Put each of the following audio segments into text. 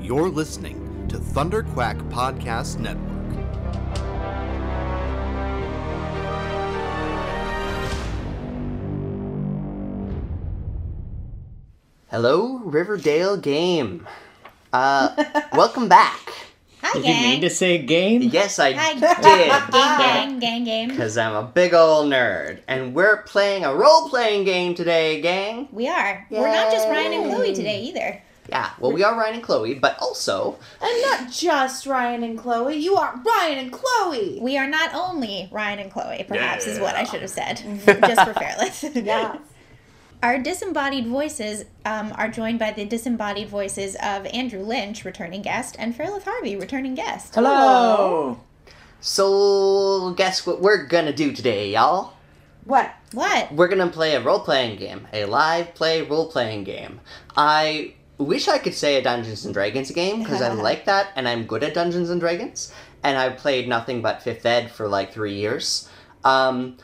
You're listening to Thunder Quack Podcast Network. Hello, Riverdale game. Uh, welcome back. Hi, Did gang. you mean to say game? Yes, I Hi, did. gang, gang, gang, gang. Because I'm a big ol' nerd. And we're playing a role playing game today, gang. We are. We're not just Ryan and Yay. Chloe today either. Yeah, well, we are Ryan and Chloe, but also, I'm not just Ryan and Chloe. You are Ryan and Chloe. We are not only Ryan and Chloe, perhaps, is what I should have said, just for fairness. Yeah. Our disembodied voices um, are joined by the disembodied voices of Andrew Lynch, returning guest, and Fairlith Harvey, returning guest. Hello. so guess what we're gonna do today, y'all? What? What? We're gonna play a role playing game, a live play role playing game. I wish I could say a Dungeons and Dragons game because I like that and I'm good at Dungeons and Dragons. And I played nothing but Fifth Ed for like three years. Um,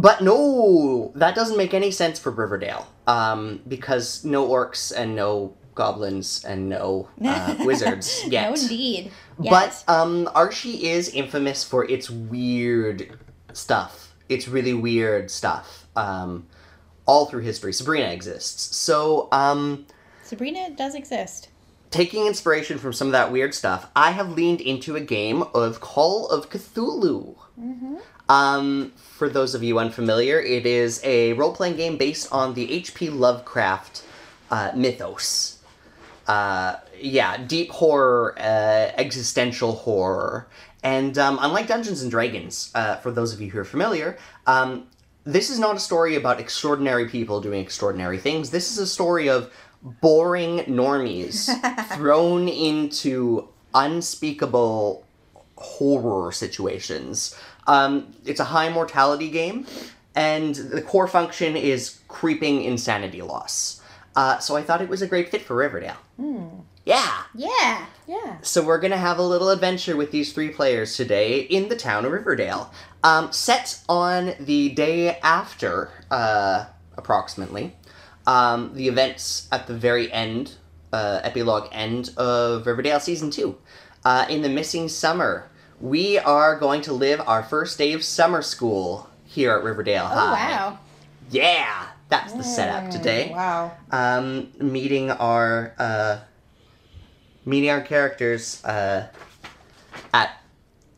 but no, that doesn't make any sense for Riverdale um, because no orcs and no goblins and no uh, wizards yet. No, indeed. Yes. But um, Archie is infamous for its weird stuff. It's really weird stuff. Um, all through history, Sabrina exists. So, um, Sabrina does exist. taking inspiration from some of that weird stuff, I have leaned into a game of Call of Cthulhu. Um, for those of you unfamiliar, it is a role playing game based on the H.P. Lovecraft uh, mythos. Uh, yeah, deep horror, uh, existential horror. And um, unlike Dungeons and Dragons, uh, for those of you who are familiar, um, this is not a story about extraordinary people doing extraordinary things. This is a story of boring normies thrown into unspeakable horror situations. Um, it's a high mortality game, and the core function is creeping insanity loss. Uh, so I thought it was a great fit for Riverdale. Yeah! Yeah. Yeah. So we're gonna have a little adventure with these three players today in the town of Riverdale. Um, set on the day after, uh, approximately, um, the events at the very end, uh, epilogue end of Riverdale season two. Uh, in the missing summer, we are going to live our first day of summer school here at Riverdale Oh, High. wow. Mm, Yeah, that's the setup today Wow. um, meeting our uh, meeting our characters uh, at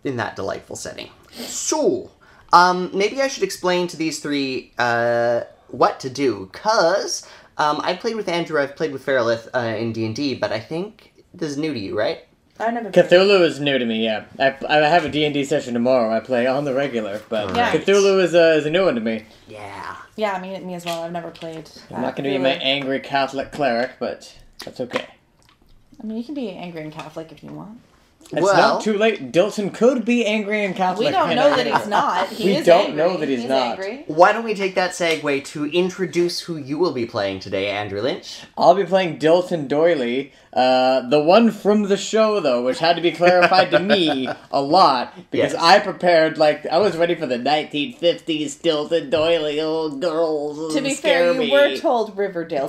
in that delightful setting. So, um, maybe I should explain to these three uh, what to do, cause um, I played with Andrew, I've played with Feralith uh, in D and D, but I think this is new to you, right? I've never. Cthulhu is new to me. Yeah, I, I have a D and D session tomorrow. I play on the regular, but Yeah. Cthulhu is a, is a new one to me. Yeah. Yeah, I mean me as well. I've never played. I'm not going to be my angry Catholic cleric, but that's okay. I mean, you can be angry and Catholic if you want. It's Well- not too late. Dilton could be angry and Catholic. we don't and know I- that he's not. He We is don't angry. know that he's not. Angry. Why don't we take that segue to introduce who you will be playing today, Andrew Lynch? I'll be playing Dilton Doily, uh, the one from the show though, which had to be clarified to me a lot because Yes. I prepared like I was ready for the 1950s Dilton Doily, oh girls. To be scare fair, me. you were told Riverdale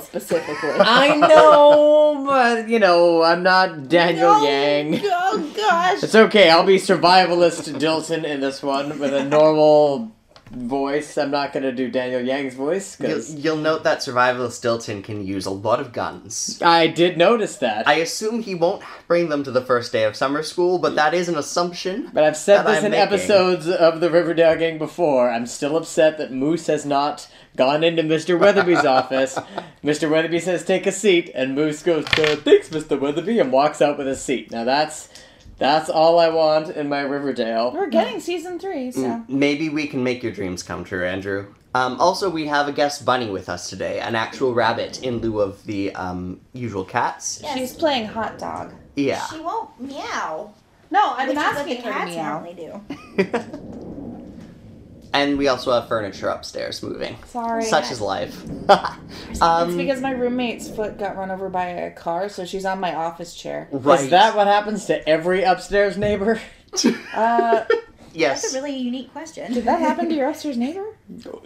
specifically. I know, but you know, I'm not Daniel Yang. Oh gosh. It's okay. I'll be survivalist Dilton in this one with a normal voice. I'm not gonna do Daniel Yang's voice You'll, because you'll note that survivalist Dilton can use a lot of guns. I did notice that. I assume he won't bring them to the first day of summer school, but that is an assumption. But I've said that this I'm in making. episodes of the Riverdale Gang before. I'm still upset that Moose has not gone into Mr. Weatherby's office. Mr. Weatherby says, "Take a seat," and Moose goes, "Uh, "Thanks, Mr. Weatherby," and walks out with a seat. Now that's that's all I want in my Riverdale. We're getting season three, Mm. so Maybe we can make your dreams come true, Andrew. Um, also, we have a guest bunny with us today, an actual rabbit in lieu of the um, usual cats. Yes. she's playing hot dog. Yeah. She won't meow. No, I'm which is what asking the her to cats meow. normally do. And we also have furniture upstairs moving. Sorry. Such is life. It's um, because my roommate's foot got run over by a car, so she's on my office chair. right. Is that what happens to every upstairs neighbor? Uh, Yes. That's a really unique question. Did that happen to your upstairs neighbor?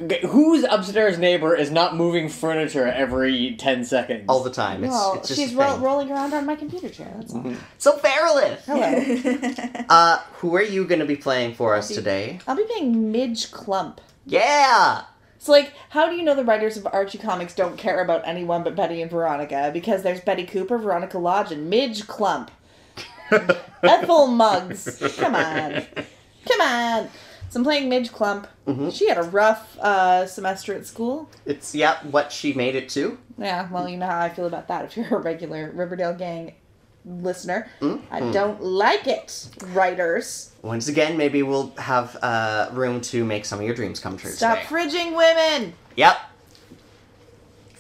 Okay, Whose upstairs neighbor is not moving furniture every 10 seconds? all the time. It's, well, it's just she's a ro- thing. rolling around on my computer chair. That's all. So Farrelith, Hello. uh, who are you going to be playing for us today? I'll be playing Midge Clump. Yeah. So, like, how do you know the writers of Archie Comics don't care about anyone but Betty and Veronica? Because there's Betty Cooper, Veronica Lodge, and Midge Clump. Ethel Muggs. Come on. Come on. So I'm playing Midge Clump. Mm-hmm. She had a rough uh, semester at school. It's yeah, what she made it to. Yeah, well, you know how I feel about that if you're a regular Riverdale gang listener. Mm-hmm. I don't like it, writers. Once again, maybe we'll have uh, room to make some of your dreams come true. Stop today. fridging women. Yep,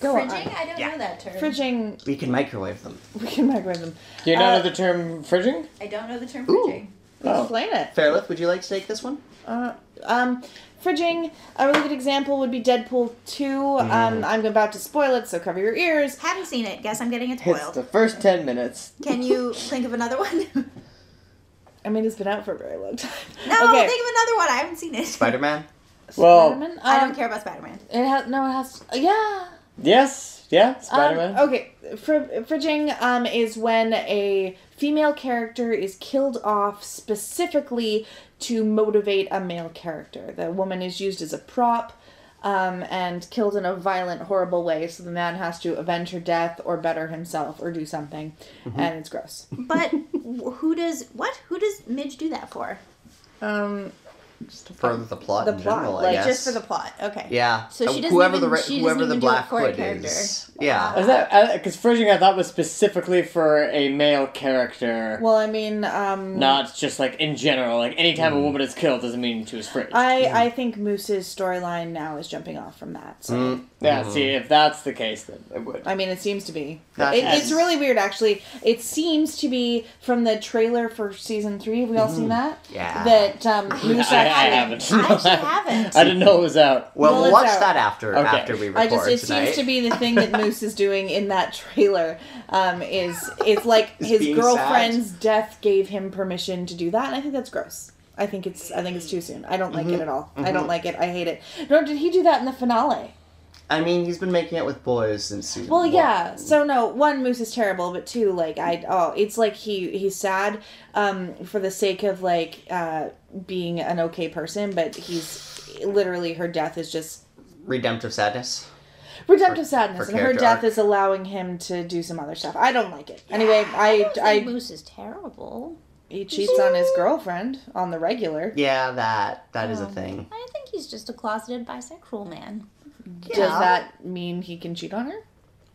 Go Fridging? on. I don't Yeah. know that term. Fridging. we can microwave them. We can microwave them. Do you know Uh, the term fridging? I don't know the term Ooh. fridging. Oh. Explain it. Farrelith, would you like to take this one? Uh, um, fridging. A really good example would be Deadpool 2. Mm. Um, I'm about to spoil it, so cover your ears. Haven't seen it. Guess I'm getting it It's the spoiled. first 10 minutes. Can you think of another one? no, I mean, it's been out for a very long time. think of another one. I haven't seen it. Spider Man. Well, Spider-Man? I don't Um, care about Spider Man. It has no. It has. Yeah. yes, yeah, Spider Man. Um, okay, Fr- fridging um, is when a female character is killed off specifically to motivate a male character. The woman is used as a prop um, and killed in a violent, horrible way, so the man has to avenge her death or better himself or do something, Mm-hmm. and it's gross. But who does what? Who does Midge do that for? Um, Just to further the plot The in plot, general, I like, guess. Just for the plot. Okay. yeah. So she Uh, doesn't whoever even- the she doesn't whoever the even do a Black core Hood character. is. Yeah. Is that because fridging I thought was specifically for a male character, well, I mean, um, not just like in general. Like anytime a woman is killed doesn't mean she was fridged. I I think Moose's storyline now is jumping off from that. So. Mm, yeah, see if that's the case, then it would. I mean, it seems to be. That It, is- it's really weird, actually. It seems to be from the trailer for season three. Have we all seen that? Mm-hmm. Yeah. That um, Moose I, I actually. haven't. I actually haven't. I didn't know it was out. Well, Well, we'll it's watch out. that after Okay. after we record I just it tonight. seems to be the thing that Moose is doing in that trailer um, is it's like Is his being girlfriend's death gave him permission to do that, and I think that's gross. I think it's I think it's too soon. I don't like Mm-hmm. it at all. I don't like it. I hate it. Nor did he do that in the finale. I mean, he's been making it with boys since season. Well, one. yeah. So no, one Moose is terrible, but two, like I oh, it's like he he's sad, um, for the sake of like uh being an okay person, but he's literally her death is just Redemptive sadness. redemptive sadness, for and her character death arc. is allowing him to do some other stuff. I don't like it. Anyway, I I Moose is terrible. he cheats on his girlfriend on the regular. Yeah, that that is a Oh. thing. I think he's just a closeted bisexual man. Does that mean he can cheat on her?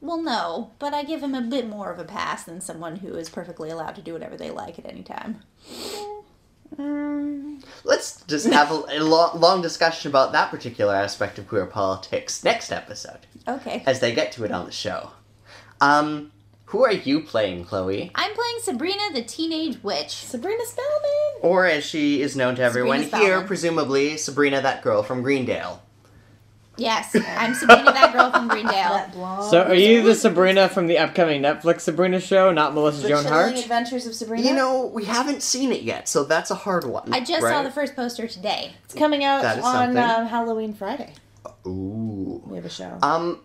Well, no, but I give him a bit more of a pass than someone who is perfectly allowed to do whatever they like at any time. Let's just have a, a long, long discussion about that particular aspect of queer politics next episode, Okay. as they get to it on the show. Um, who are you playing, Chloe? I'm playing Sabrina the Teenage Witch. Sabrina Spellman. Or as she is known to everyone Sabrina here, Fallon. presumably Sabrina, that girl from Greendale. Yes, I'm Sabrina that girl from Greendale. That blonde. So are you the Sabrina from the upcoming Netflix Sabrina show, not Melissa the Joan Chilling Hart? Adventures of Sabrina. You know, we haven't seen it yet, so that's a hard one. I just saw right? the first poster today. it's coming out That is on something. um, Halloween Friday. Ooh. We have a show. Um,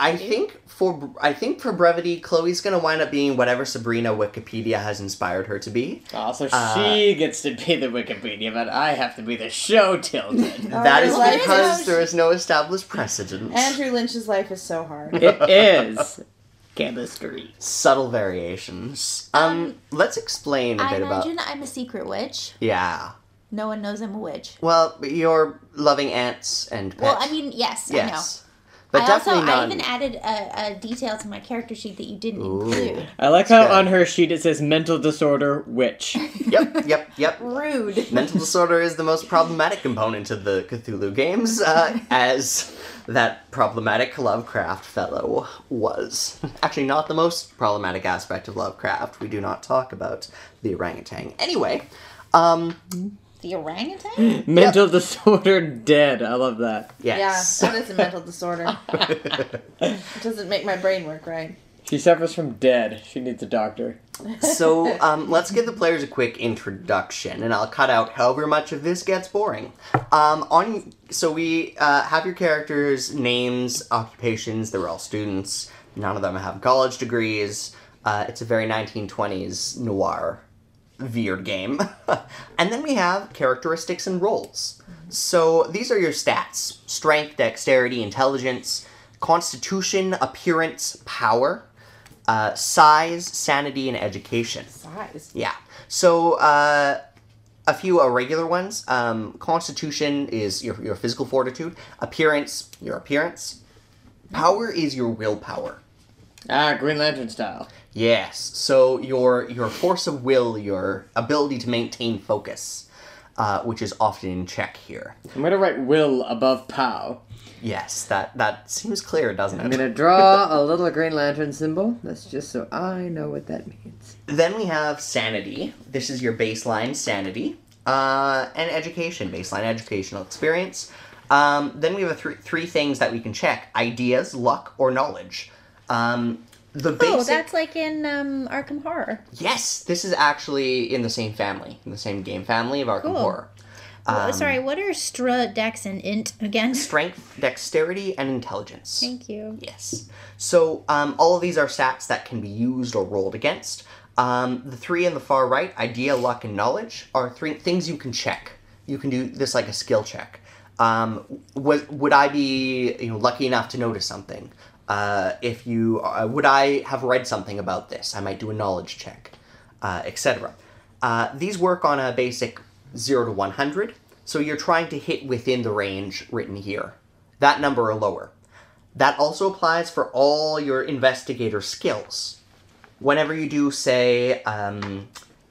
I think for I think for brevity, Chloe's gonna wind up being whatever Sabrina Wikipedia has inspired her to be. Oh, so Uh, she gets to be the Wikipedia, but I have to be the show tilted. that is well, there is because no- there is no established precedent. Andrew Lynch's life is so hard. it is chemistry. Subtle variations. Um, let's explain a I bit about. imagine I'm a secret witch. Yeah. No one knows I'm a witch. Well, your loving aunts and pets. Well, I mean, yes, yes, I but know. I also, definitely I not. even added a, a detail to my character sheet that you didn't Ooh. include. I like how Okay. on her sheet it says mental disorder witch. yep, yep, yep. Rude. Mental disorder is the most problematic component of the Cthulhu games, uh, as that problematic Lovecraft fellow was. Actually, not the most problematic aspect of Lovecraft. We do not talk about the orangutan. Anyway, um, The orangutan? mental disorder dead. I love that. yes. Yeah, that is a mental disorder. it doesn't make my brain work right. She suffers from dead. She needs a doctor. So um, let's give the players a quick introduction, and I'll cut out however much of this gets boring. Um, on so we uh, have your characters' names, occupations. They're all students. None of them have college degrees. Uh, it's a very 1920s noir veered game. and then we have characteristics and roles. So these are your stats: strength, dexterity, intelligence, constitution, appearance, power uh, size, sanity, and education. Size. Yeah. So uh, a few are regular ones. Um, constitution is your, your physical fortitude. Appearance, your appearance. Power is your willpower. Ah, Green Lantern style. Yes. So your your force of will, your ability to maintain focus, uh, which is often in check here. I'm gonna write will above pow. Yes, that that seems clear, doesn't it? I'm gonna draw a little Green Lantern symbol. That's just so I know what that means. Then we have sanity. This is your baseline sanity. Uh, and education, baseline educational experience. Um, then we have a three, three things that we can check ideas, luck, or knowledge. Um, the basic. Oh, that's like in um, Arkham Horror. yes, this is actually in the same family, in the same game family of Arkham Cool. Horror. Oh, Um, sorry, what are Stra, Dex, and Int again? Strength, dexterity, and intelligence. Thank you. Yes. So um, all of these are stats that can be used or rolled against. Um, the three in the far right, idea, luck, and knowledge, are three things you can check. You can do this like a skill check. Um, was, would I be you know lucky enough to notice something? Uh, if you uh, would I have read something about this? I might do a knowledge check, uh, etc. Uh, these work on a basic zero to one hundred. So you're trying to hit within the range written here, that number or lower. That also applies for all your investigator skills. Whenever you do, say, um,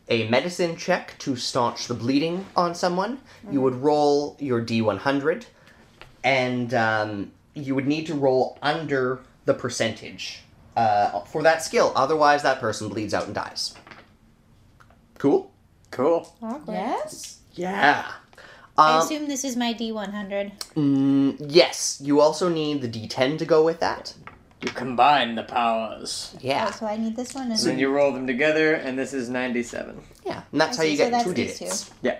a medicine check to staunch the bleeding on someone, you would roll your D100, and um, you would need to roll under the percentage uh, for that skill. Otherwise, that person bleeds out and dies. Cool? Cool. Yes. Yeah. I Um, assume this is my D100. mm, yes, you also need the D10 to go with that. You combine the powers. Yeah. That's why Oh, I need this one. And Then you roll them together, and this is 97. Yeah. And that's I how see, you so get that's two these two. digits. Yeah.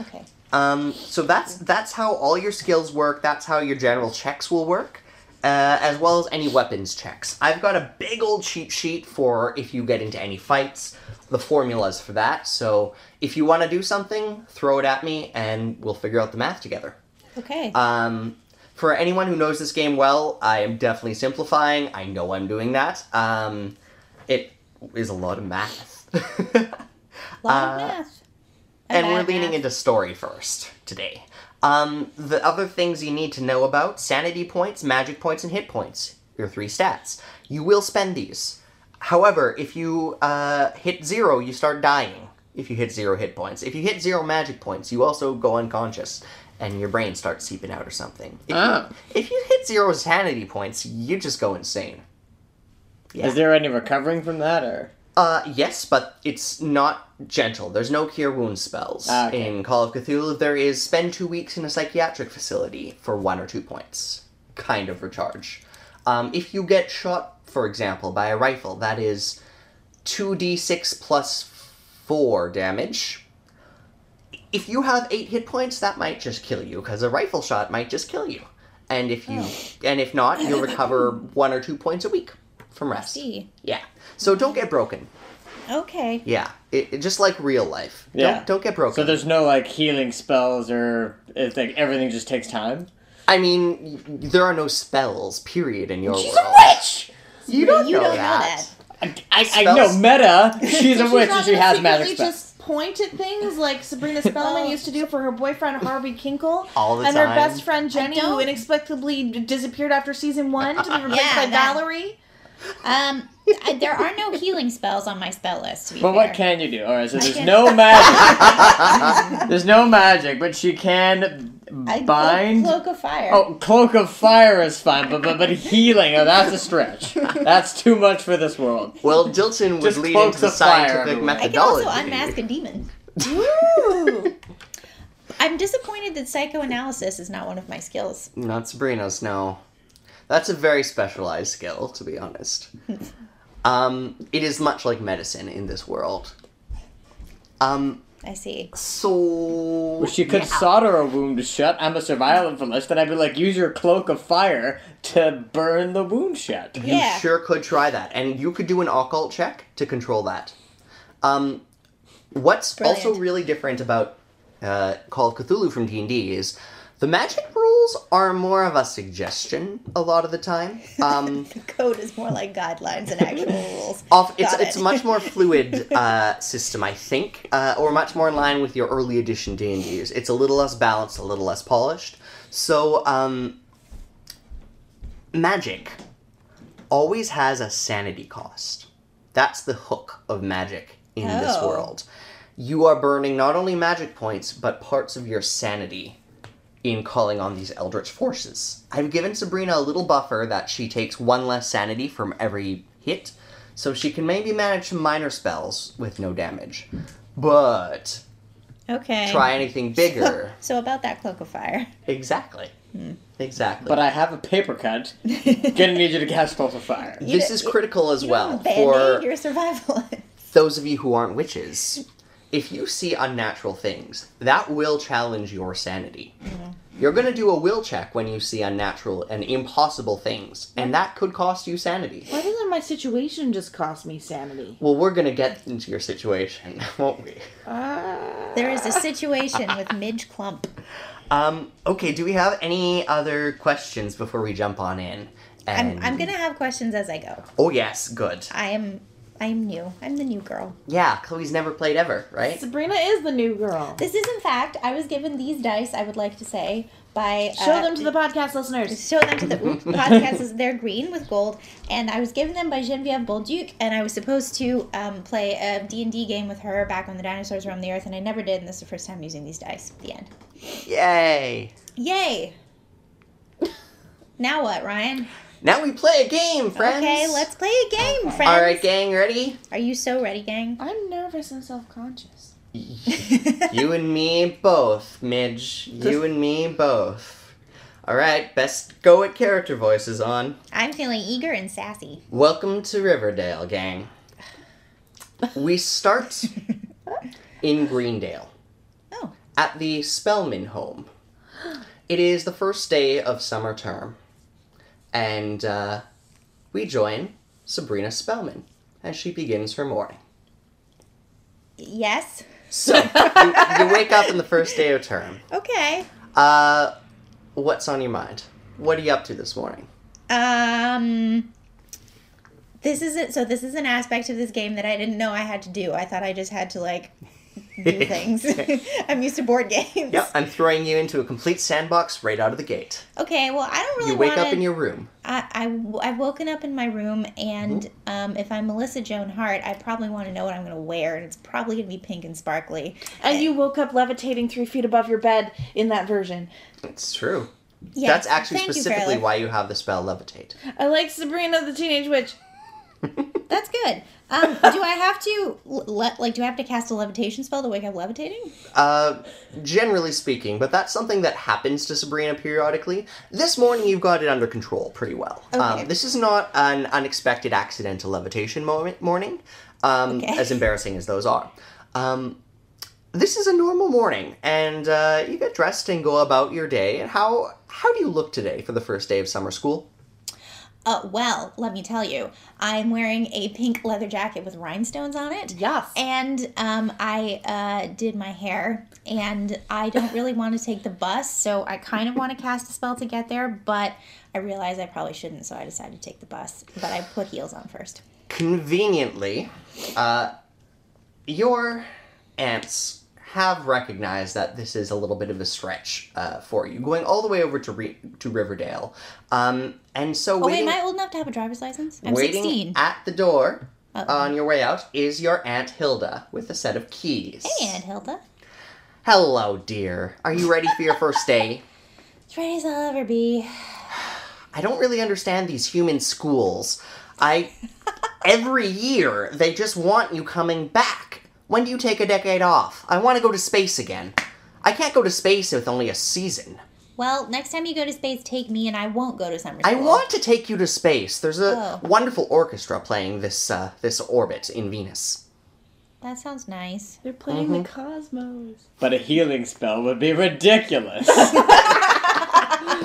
Okay. Um, so that's that's how all your skills work. That's how your general checks will work, uh, as well as any weapons checks. I've got a big old cheat sheet for if you get into any fights, the formulas for that. So if you want to do something, throw it at me, and we'll figure out the math together. Okay. Um, for anyone who knows this game well, I am definitely simplifying. I know I'm doing that. Um, it is a lot of math. lot uh, of math. and we're bad leaning math. into story first today. Um, the other things you need to know about sanity points, magic points, and hit points. Your three stats. You will spend these. However, if you uh, hit zero, you start dying. If you hit zero hit points, if you hit zero magic points, you also go unconscious, and your brain starts seeping out or something. If, Ah. you, if you hit zero sanity points, you just go insane. Yeah. Is there any recovering from that, or? Uh, yes, but it's not gentle. There's no cure wound spells. Ah, okay. In Call of Cthulhu, there is spend two weeks in a psychiatric facility for one or two points. Kind of recharge. Um, if you get shot, for example, by a rifle, that is 2d6 plus 4 damage. If you have 8 hit points, that might just kill you, because a rifle shot might just kill you. And if you, and if not, you'll recover one or two points a week from rest. see. Yeah. So don't get broken. Okay. Yeah. It, it- just like real life. Yeah. Don't, don't get broken. So there's no like healing spells, or it's like everything just takes time. I mean, y- there are no spells. Period. In your She's a world. witch. You don't, You know, don't know that. I, I, I Spells- know meta. She's a witch, and not she gonna has secretly magic spells. just point at things like Sabrina Spellman Oh. used to do for her boyfriend Harvey Kinkle. All the and her time. best friend Jenny, who don't- inexplicably d- disappeared after season one to be replaced Yeah, by that- Valerie. Um, I, there are no healing spells on my spell list. To be But what fair. can you do? All right, so I there's can- no magic. there's no magic, but she can I, bind. Cloak of fire. Oh, cloak of fire is fine, but but, but healing, oh, that's a stretch. That's too much for this world. Well, Dilton would Just lead cloaks into the of fire scientific everywhere. I can also methodology. unmask a demon. Ooh. I'm disappointed that psychoanalysis is not one of my skills. Not Sabrina's. No. That's a very specialized skill, to be honest. um, it is much like medicine in this world. Um, I see. so. Well, she could solder a wound shut. I'm a survival list, then I'd be like, use your cloak of fire to burn the wound shut. You Yeah. sure could try that, and you could do an occult check to control that. Um, what's also Brilliant. really different about uh, Call of Cthulhu from D and D is the magic rules are more of a suggestion a lot of the time. Um, The code is more like guidelines and actual rules. off, it's Got it's it. a much more fluid uh, system, I think, uh, or much more in line with your early edition D and D's. It's a little less balanced, a little less polished. So um, magic always has a sanity cost. That's the hook of magic in this Oh. world. You are burning not only magic points but parts of your sanity in calling on these eldritch forces. I've given Sabrina a little buffer that she takes one less sanity from every hit, so she can maybe manage some minor spells with no damage. But Okay. try anything bigger. So about that cloak of fire. exactly. Hmm. Exactly. But I have a paper cut. Gonna need you to cast cloak of fire. You this don't- is you- critical as you well don't for Band-Aid your survival. those of you who aren't witches, if you see unnatural things, that will challenge your sanity. You're going to do a will check when you see unnatural and impossible things, and that could cost you sanity. Why doesn't my situation just cost me sanity? Well, we're going to get into your situation, won't we? Uh, there is a situation with Midge Clump. Um, okay, do we have any other questions before we jump on in? I'm, And- I'm gonna have questions as I go. Oh, yes, good. I am I am new. I'm the new girl. Yeah, Chloe's never played ever, right? Sabrina is the new girl. This is in fact I was given these dice. I would like to say by Show uh, them to the podcast listeners. Show them to the oop, podcast. Is, they're green with gold, and I was given them by Genevieve Bolduc, and I was supposed to um, play a D and D game with her back when the dinosaurs roamed the earth, and I never did. And this is the first time using these dice. The end. Yay! Yay! now what, Ryan? Now we play a game, friends! Okay, let's play a game, friends. All right, gang, ready? Are you so ready, gang? I'm nervous and self conscious. You and me both, Midge. You and me both. All right, best go at character voices on. I'm feeling eager and sassy. Welcome to Riverdale, gang. We start in Greendale Oh, at the Spellman home. It is the first day of summer term, and uh, we join Sabrina Spellman as she begins her morning. yes. So, you, you wake up in the first day of term. Okay. Uh, what's on your mind? What are you up to this morning? Um, this is it. So this is an aspect of this game that I didn't know I had to do. I thought I just had to like do things. I'm used to board games. Yep, I'm throwing you into a complete sandbox right out of the gate. Okay. Well, I don't really. You wake wanna, up in your room. I, I w- I've woken up in my room, and Mm-hmm. um, if I'm Melissa Joan Hart, I probably want to know what I'm going to wear, and it's probably going to be pink and sparkly. Eh. And you woke up levitating three feet above your bed in that version. It's true. Yeah. That's actually specifically why you have the spell levitate. I like Sabrina the Teenage Witch. That's good. Um, do I have to l- le- like? Do I have to cast a levitation spell to wake up levitating? Uh, generally speaking, but that's something that happens to Sabrina periodically. This morning you've got it under control pretty well. Okay. Um, this is not an unexpected accidental levitation moment morning, um, Okay. as embarrassing as those are. Um, this is a normal morning, and uh, you get dressed and go about your day. And how how do you look today for the first day of summer school? Uh, well, let me tell you, I'm wearing a pink leather jacket with rhinestones on it. Yes. And um, I uh, did my hair, and I don't really want to take the bus, so I kind of want to cast a spell to get there, but I realized I probably shouldn't, so I decided to take the bus. But I put heels on first. Conveniently, uh, your aunts have recognized that this is a little bit of a stretch uh, for you, going all the way over to Re- to Riverdale, um, and so Oh, waiting wait, am I old enough to have a driver's license? I'm waiting 16. at the door on your way out is your aunt Hilda with a set of keys. and Hilda. Hello, dear. Are you ready for your first day? It's ready as I'll ever be. I don't really understand these human schools. I every year they just want you coming back. When do you take a decade off? I want to go to space again. I can't go to space with only a season. Well, next time you go to space, take me, and I won't go to summer school. I want to take you to space. There's a Oh. wonderful orchestra playing this uh, this orbit in Venus. That sounds nice. They're playing Mm-hmm. the cosmos. But a healing spell would be ridiculous.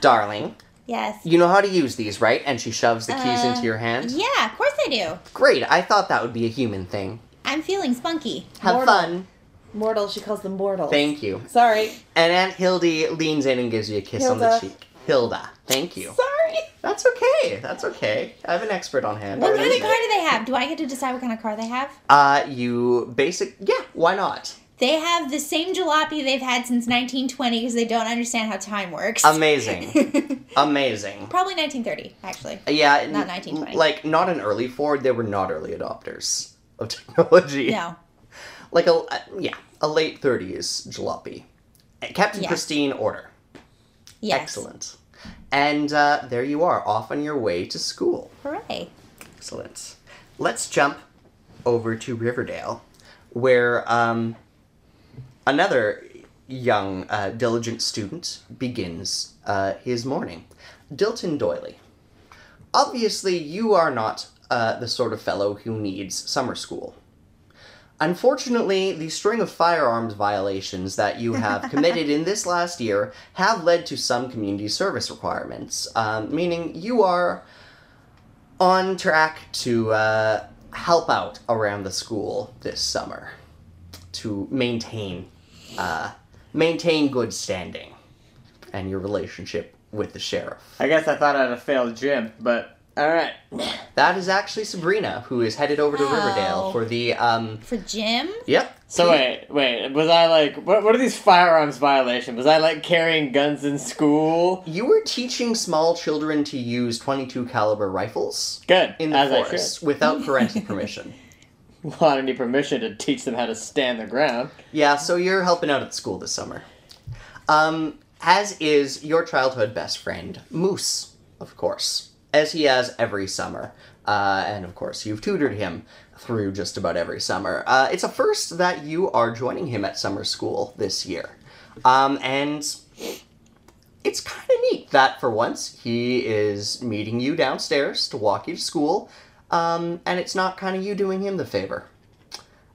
Darling, Yes. you know how to use these, right? And she shoves the keys Uh, into your hand. Yeah, of course I do. Great. I thought that would be a human thing. I'm feeling spunky. Have Mortal. fun. Mortal, she calls them mortals. Thank you. Sorry. And Aunt Hildy leans in and gives you a kiss on the Hilda. cheek. Hilda, thank you. Sorry. That's okay. That's okay. I have an expert on hand. What kind already. of car do they have? Do I get to decide what kind of car they have? Uh, you basic. Yeah, why not? They have the same jalopy they've had since 1920 because they don't understand how time works. Amazing. Amazing. Probably 1930, actually. Yeah. n- Not 1920. Like, not an early Ford. They were not early adopters of technology. No. Like, a, uh, yeah, a late 30s jalopy. Uh, Kept in Yeah. pristine order. Yes. Excellent. And uh, there you are, off on your way to school. Hooray. Excellent. Let's jump over to Riverdale, where um, another young, uh, diligent student begins uh, his morning. Dilton Doily. Obviously, you are not uh, the sort of fellow who needs summer school. Unfortunately, the string of firearms violations that you have committed in this last year have led to some community service requirements, um, meaning you are on track to uh, help out around the school this summer to maintain uh, maintain good standing and your relationship with the sheriff. I guess I thought I'd have failed Jim, but alright. That is actually Sabrina who is headed over to Oh. Riverdale for the um For Jim? yep. So wait, wait, was I like, what, what are these firearms violations? Was I like carrying guns in school? You were teaching small children to use 22 caliber rifles Good, in the as forest without parental permission. I should. Well, I don't need permission to teach them how to stand the ground. Yeah, so you're helping out at school this summer. Um, as is your childhood best friend, Moose, of course, as he has every summer. Uh, and of course, you've tutored him through just about every summer. Uh, it's a first that you are joining him at summer school this year. Um, and it's kind of neat that for once he is meeting you downstairs to walk you to school, um, and it's not kind of you doing him the favor.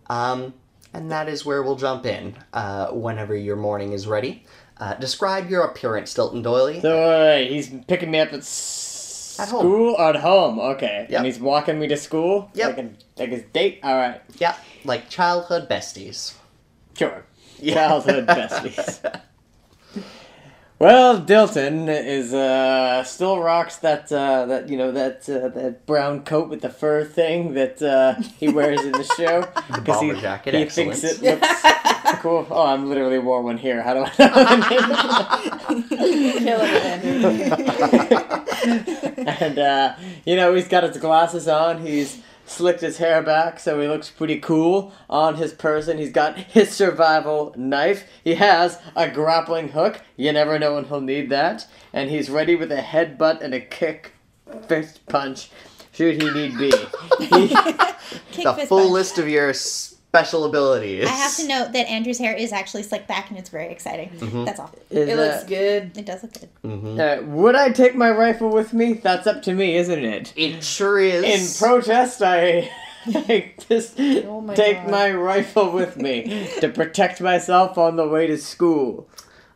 Um, and that is where we'll jump in uh, whenever your morning is ready. Uh, describe your appearance, Dilton Doily. So wait, wait, he's picking me up at, s- At home. school? At home, okay. Yep. And he's walking me to school? Yep. Like, a, like his date? Alright, yeah, like childhood besties. sure. Childhood besties. Well, Dilton is uh, still rocks that uh, that you know that uh, that brown coat with the fur thing that uh, he wears in the show because bomber jacket, he excellent. thinks it looks cool. Oh, I'm literally wore one here. How do I know? Killing it, Andrew. and uh, you know he's got his glasses on. He's slicked his hair back, so he looks pretty cool on his person. He's got his survival knife. He has a grappling hook. You never know when he'll need that. And he's ready with a headbutt and a kick, fist punch, should he need be. He- Kick The fist full bump. list of your special abilities. I have to note that Andrew's hair is actually slicked back and it's very exciting. Mm-hmm. That's all. is, It looks uh, good. It does look good. uh, would I take my rifle with me? That's up to me, isn't it? It sure In is. protest, I just Oh my take God. my rifle with me to protect myself on the way to school.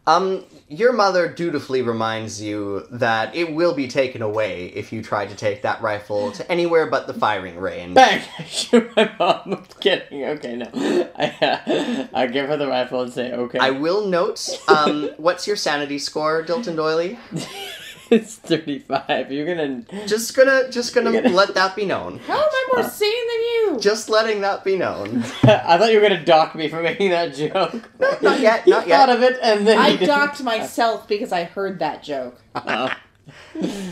um, your mother dutifully reminds you that it will be taken away if you try to take that rifle to anywhere but the firing range. Bang! I shoot my mom. I'm kidding. Okay, no. I, uh, I give her the rifle and say, okay. I will note. Um, what's your sanity score, Dilton Doily? it's 35. You're gonna. Just gonna, just gonna You're gonna- let that be known. How am I more sane than you? Uh, Just letting that be known. I thought you were gonna dock me for making that joke. not yet, You not yet. thought of it and then. I you didn't. docked myself because I heard that joke. Oh,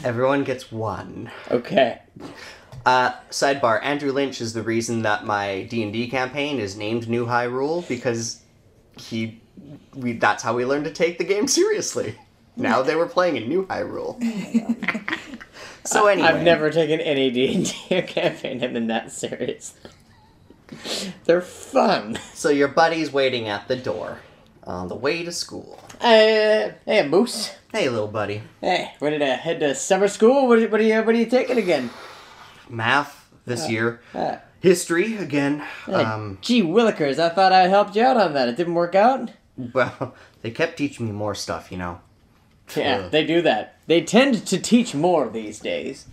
Everyone gets one. okay. Uh, sidebar: Andrew Lynch is the reason that my D and D campaign is named New High Rule because he, we that's how we learned to take the game seriously. Now they were playing a New High Rule. so anyway, I've never taken any D&D campaign and been that serious. They're fun. So your buddy's waiting at the door. on the way to school. Uh, hey, Moose. Hey, little buddy. Hey, ready to head to summer school? What, are- what, are, you, what are you taking again? Math this year. Uh, History again. hey, Um, gee willikers, I thought I helped you out on that. It didn't work out? well, they kept teaching me more stuff, you know. Yeah, Yeah. they do that. They tend to teach more these days.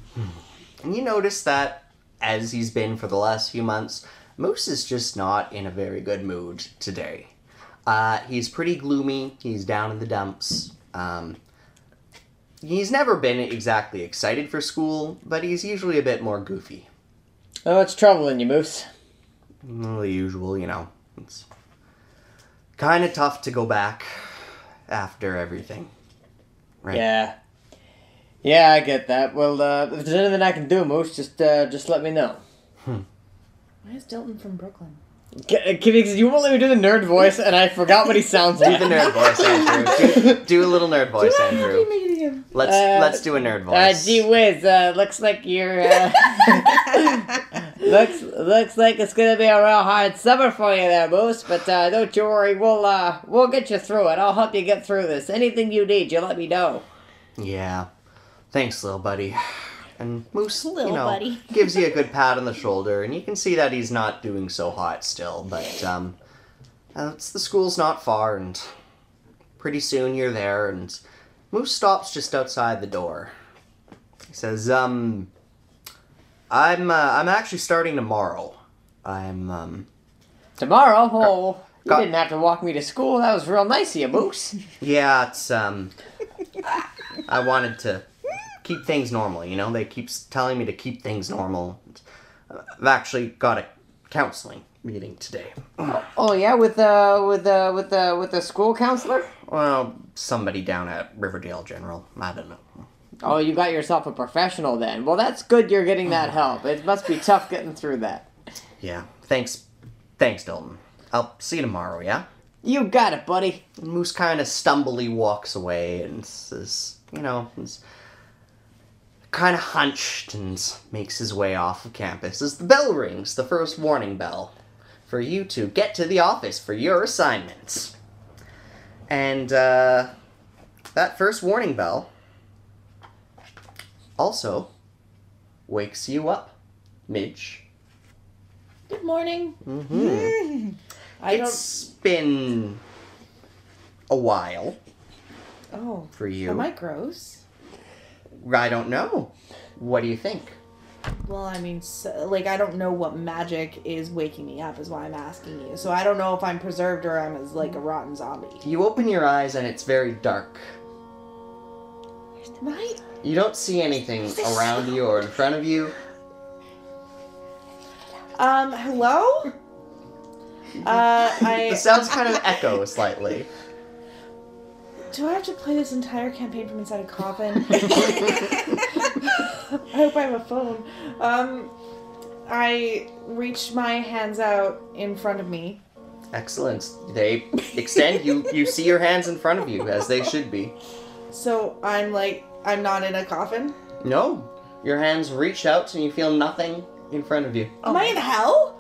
And you notice that as he's been for the last few months, Moose is just not in a very good mood today. Uh, he's pretty gloomy. He's down in the dumps. Um, he's never been exactly excited for school, but he's usually a bit more goofy. Oh, what's troubling you, Moose? Well, the usual, you know. It's kind of tough to go back after everything. Right. Yeah. Yeah, I get that. Well, uh, if there's anything I can do, Moose, just uh, just let me know. Why is Dilton from Brooklyn? K- Because uh, you won't let me do the nerd voice, and I forgot what he sounds Do like. the nerd voice, Andrew. Do, do a little nerd voice, Andrew. Medium. Let's Uh, let's do a nerd Uh, voice. gee whiz, uh, looks like you're, uh, looks, looks like it's gonna be a real hard summer for you there, Moose, but, uh, don't you worry, we'll, uh, we'll get you through it. I'll help you get through this. Anything you need, you let me know. Yeah. Thanks, little buddy. And Moose, Little you know, buddy. gives you a good pat on the shoulder, and you can see that he's not doing so hot still. But um, uh, it's, the school's not far, and pretty soon you're there. And Moose stops just outside the door. He says, "Um, I'm uh, I'm actually starting tomorrow. I'm um, Tomorrow? Oh, you Got- didn't have to walk me to school. That was real nice of you, Moose. yeah, it's um, I wanted to keep things normal. You know, they keeps telling me to keep things normal. I've actually got a counseling meeting today. Oh, yeah, with, uh, with, uh, with, uh, with the school counselor? Well, somebody down at Riverdale General. I don't know. Oh, you got yourself a professional then. Well, that's good you're getting that help. It must be tough getting through that. Yeah. Thanks, thanks, Dalton. I'll see you tomorrow. Yeah. You got it, buddy. And Moose kind of stumbly walks away and says, you know, is kind of hunched and makes his way off of campus as the bell rings, the first warning bell for you to get to the office for your assignments. And uh, that first warning bell also wakes you up, Midge. Good morning. I Mm-hmm. It's been a while don't. Oh, for you. am I gross? I don't know. What do you think? Well, I mean, so, like I don't know what magic is waking me up. Is why I'm asking you. So I don't know if I'm preserved or I'm as like a rotten zombie. You open your eyes and it's very dark. Right? You don't see anything around you or in front of you. Um, hello? Uh, The I sounds kind of echo slightly. do I have to play this entire campaign from inside a coffin? I hope I have a phone. Um, I reach my hands out in front of me. Excellent. They extend. You you see your hands in front of you as they should be. So I'm like, I'm not in a coffin. No, your hands reach out and you feel nothing in front of you. Am I in hell?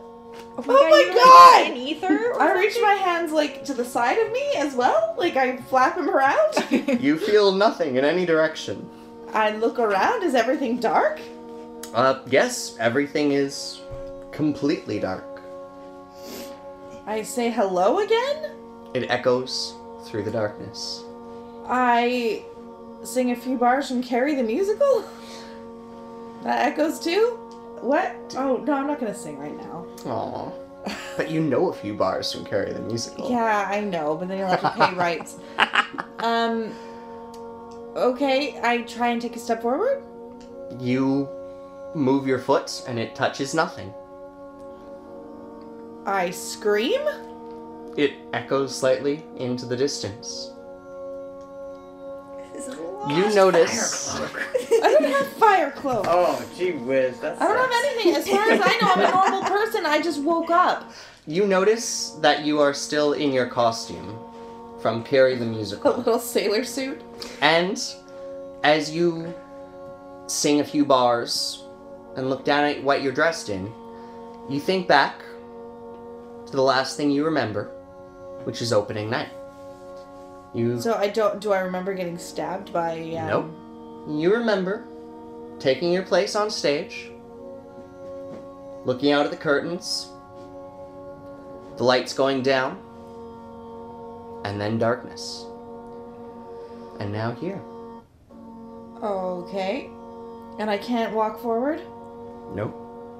Oh my God! An ether? Or I reach my hands like to the side of me as well. Like I flap them around. You feel nothing in any direction. I look around. Is everything dark? Uh, yes, everything is completely dark. I say hello again. It echoes through the darkness. I sing a few bars from Carrie the Musical. That echoes too. What? Oh no, I'm not gonna sing right now. Aww. But you know a few bars from Carrie the Oh. Musical. Yeah, I know, but then you'll have to pay rights. Um. Okay, I try and take a step forward. You move your foot and it touches nothing. I scream. It echoes slightly into the distance. This is a You lot. notice I don't have fire clothes. Oh, gee whiz. That's I don't have anything. As far as I know, I'm a normal person. I just woke up. you notice that you are still in your costume from Carrie the A Musical. little sailor suit. and as you sing a few bars and look down at what you're dressed in, you think back to the last thing you remember, which is opening night. You So I don't. Do I remember getting stabbed by? Um, Nope. You remember taking your place on stage, looking out at the curtains, the lights going down, and then darkness. And now here. Okay. And I can't walk forward. Nope.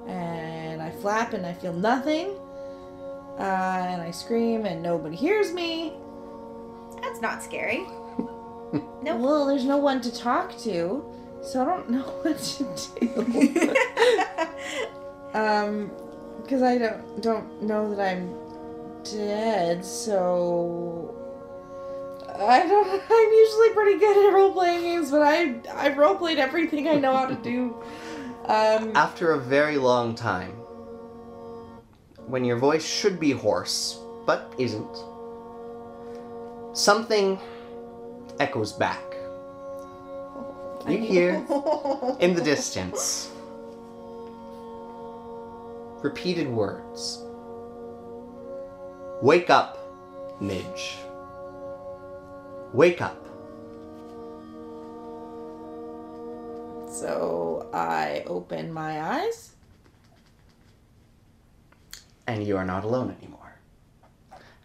And I flap and I feel nothing. Uh, and I scream and nobody hears me. That's not scary. Nope. Well, there's no one to talk to, so I don't know what to do. Um, because I don't don't know that I'm dead, so I don't. I'm usually pretty good at role playing games, but I I've role played everything I know how to do. Um, After a very long time, when your voice should be hoarse, but isn't, something echoes back. You hear in the distance repeated words Wake up, Midge. Wake up. so I open my eyes. And you are not alone anymore.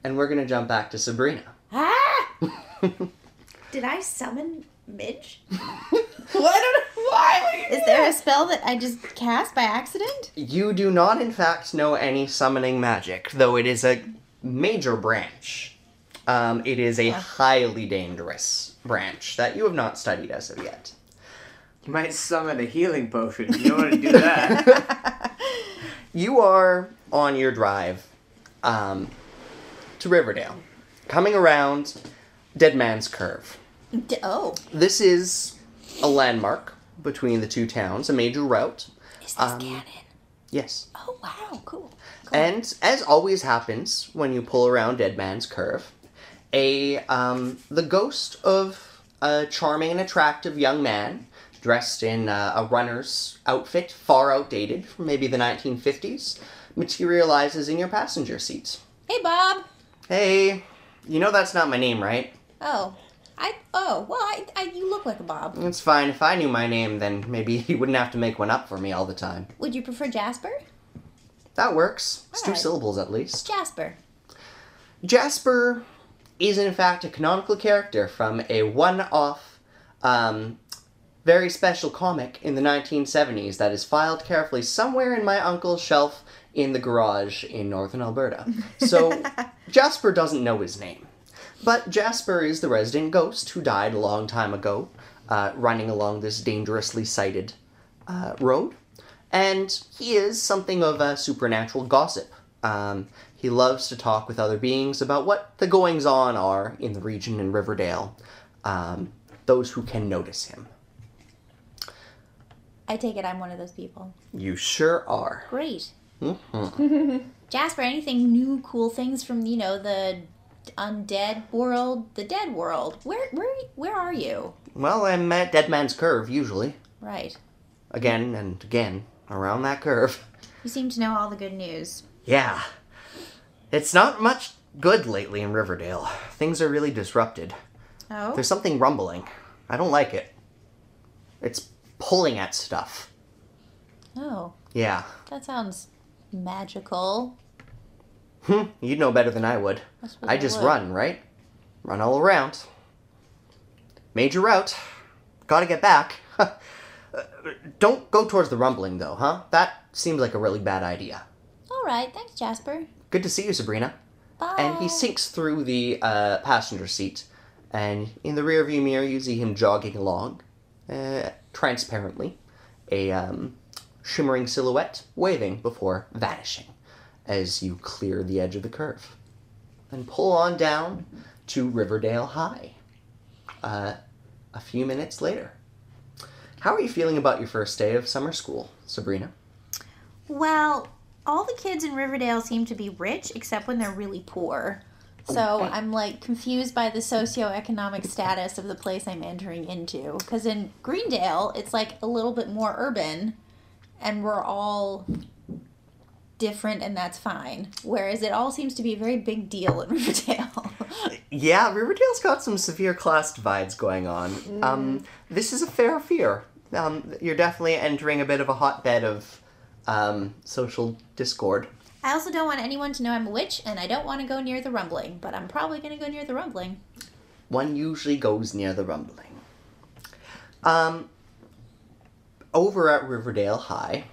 And we're gonna jump back to Sabrina. Ah! Did I summon Midge? Well, I don't know why. Is there a spell that I just cast by accident? You do not, in fact, know any summoning magic, though it is a major branch. Um, it is a highly dangerous branch that you have not studied as of yet. You might summon a healing potion. You don't want to do that. You are on your drive um, to Riverdale, coming around Dead Man's Curve. D- oh, This is a landmark between the two towns, a major route. is this Um, canon? Yes. Oh wow, cool. cool. And as always happens when you pull around Dead Man's Curve, a um, the ghost of a charming and attractive young man dressed in uh, a runner's outfit, far outdated from maybe the 1950s, materializes in your passenger seat. hey, Bob. Hey, you know that's not my name, right? Oh, I. Oh, well, I, I. You look like a Bob. It's fine. If I knew my name, then maybe he wouldn't have to make one up for me all the time. Would you prefer Jasper? That works. It's two Alright. syllables at least. Jasper. Jasper is in fact a canonical character from a one-off, um, very special comic in the 1970s that is filed carefully somewhere in my uncle's shelf in the garage in northern Alberta. So Jasper doesn't know his name, but Jasper is the resident ghost who died a long time ago, uh, running along this dangerously sighted uh, road, and he is something of a supernatural gossip. Um, he loves to talk with other beings about what the goings on are in the region in Riverdale, um, those who can notice him. I take it I'm one of those people. You sure are. Great. Mm-hmm. Jasper, anything new, cool things from you know the undead world, the dead world? Where, where, where are you? Well, I'm at Dead Man's Curve usually, Right. again and again around that curve. You seem to know all the good news. Yeah. It's not much good lately in Riverdale. Things are really disrupted. Oh. There's something rumbling. I don't like it. It's pulling at stuff. Oh, Yeah. that sounds magical. Hmm, you'd know better than I would. I suppose I just would. run, right? Run all around. Major route. Gotta get back. Uh, Don't go towards the rumbling, though, huh? That seems like a really bad idea. All right. Thanks, Jasper. Good to see you, Sabrina. Bye. And he sinks through the uh, passenger seat, and in the rearview mirror, you see him jogging along, uh, transparently, a um, shimmering silhouette waving before vanishing as you clear the edge of the curve and pull on down to Riverdale High. Uh, a few minutes later. How are you feeling about your first day of summer school, Sabrina? Well, all the kids in Riverdale seem to be rich except when they're really poor. So I'm like confused by the socioeconomic status of the place I'm entering into. Because in Greendale, it's like a little bit more urban and we're all different and that's fine. Whereas it all seems to be a very big deal in Riverdale. Yeah, Riverdale's got some severe class divides going on. Um, this is a fair fear. Um, you're definitely entering a bit of a hotbed of um, social discord. I also don't want anyone to know I'm a witch, and I don't want to go near the rumbling, but I'm probably going to go near the rumbling. One usually goes near the rumbling. Um, over at Riverdale High,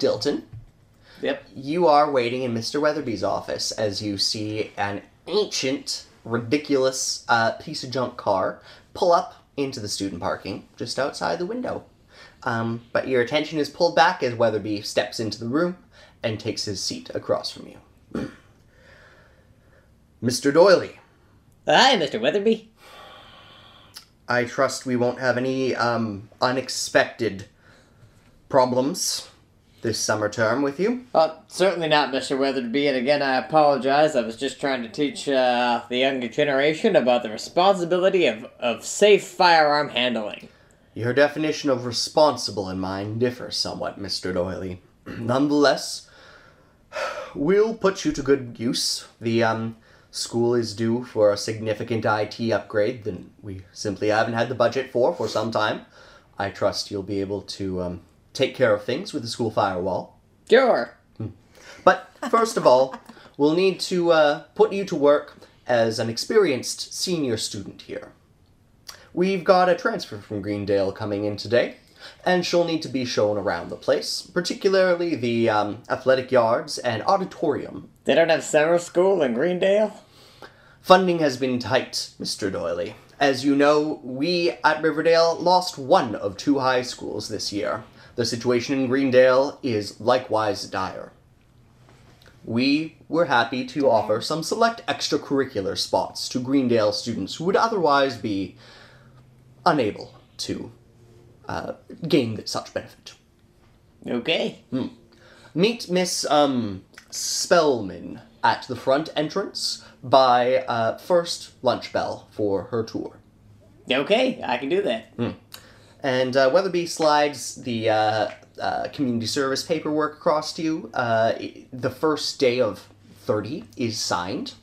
Dilton, Yep. you are waiting in Mr. Weatherby's office as you see an ancient, ridiculous uh, piece of junk car pull up into the student parking just outside the window. Um, but your attention is pulled back as Weatherby steps into the room and takes his seat across from you. Mr. Doily, Hi, Mr. Weatherby. I trust we won't have any um, unexpected problems this summer term with you. Uh, certainly not, Mr. Weatherby, and again, I apologize. I was just trying to teach uh, the younger generation about the responsibility of, of safe firearm handling. Your definition of responsible and mine differ somewhat, Mr. Doily. Nonetheless, we'll put you to good use. The um, school is due for a significant IT upgrade that we simply haven't had the budget for for some time. I trust you'll be able to um, take care of things with the school firewall. Sure. But first of all, we'll need to uh, put you to work as an experienced senior student here. We've got a transfer from Greendale coming in today, and she'll need to be shown around the place, particularly the um, athletic yards and auditorium. They don't have summer school in Greendale? Funding has been tight, Mr. Doily. As you know, we at Riverdale lost one of two high schools this year. The situation in Greendale is likewise dire. We were happy to offer some select extracurricular spots to Greendale students who would otherwise be unable to uh, gain such benefit. Okay. Meet Miss um, Spellman at the front entrance by uh, first lunch bell for her tour. Okay, I can do that. And uh, Weatherby slides the uh, uh, community service paperwork across to you. Uh, i- the first day of 30 is signed.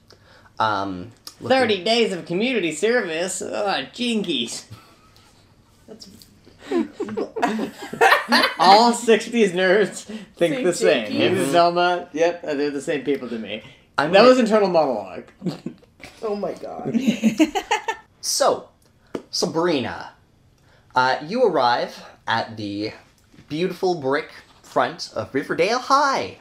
Um, looking- 30 days of community service? Oh, jinkies. All 60s nerds think Say the same. jinkies. Him and Zelma, yep, they're the same people to me. I'm That gonna- was internal monologue. Oh my god. So, Sabrina, uh, you arrive at the beautiful brick front of Riverdale High.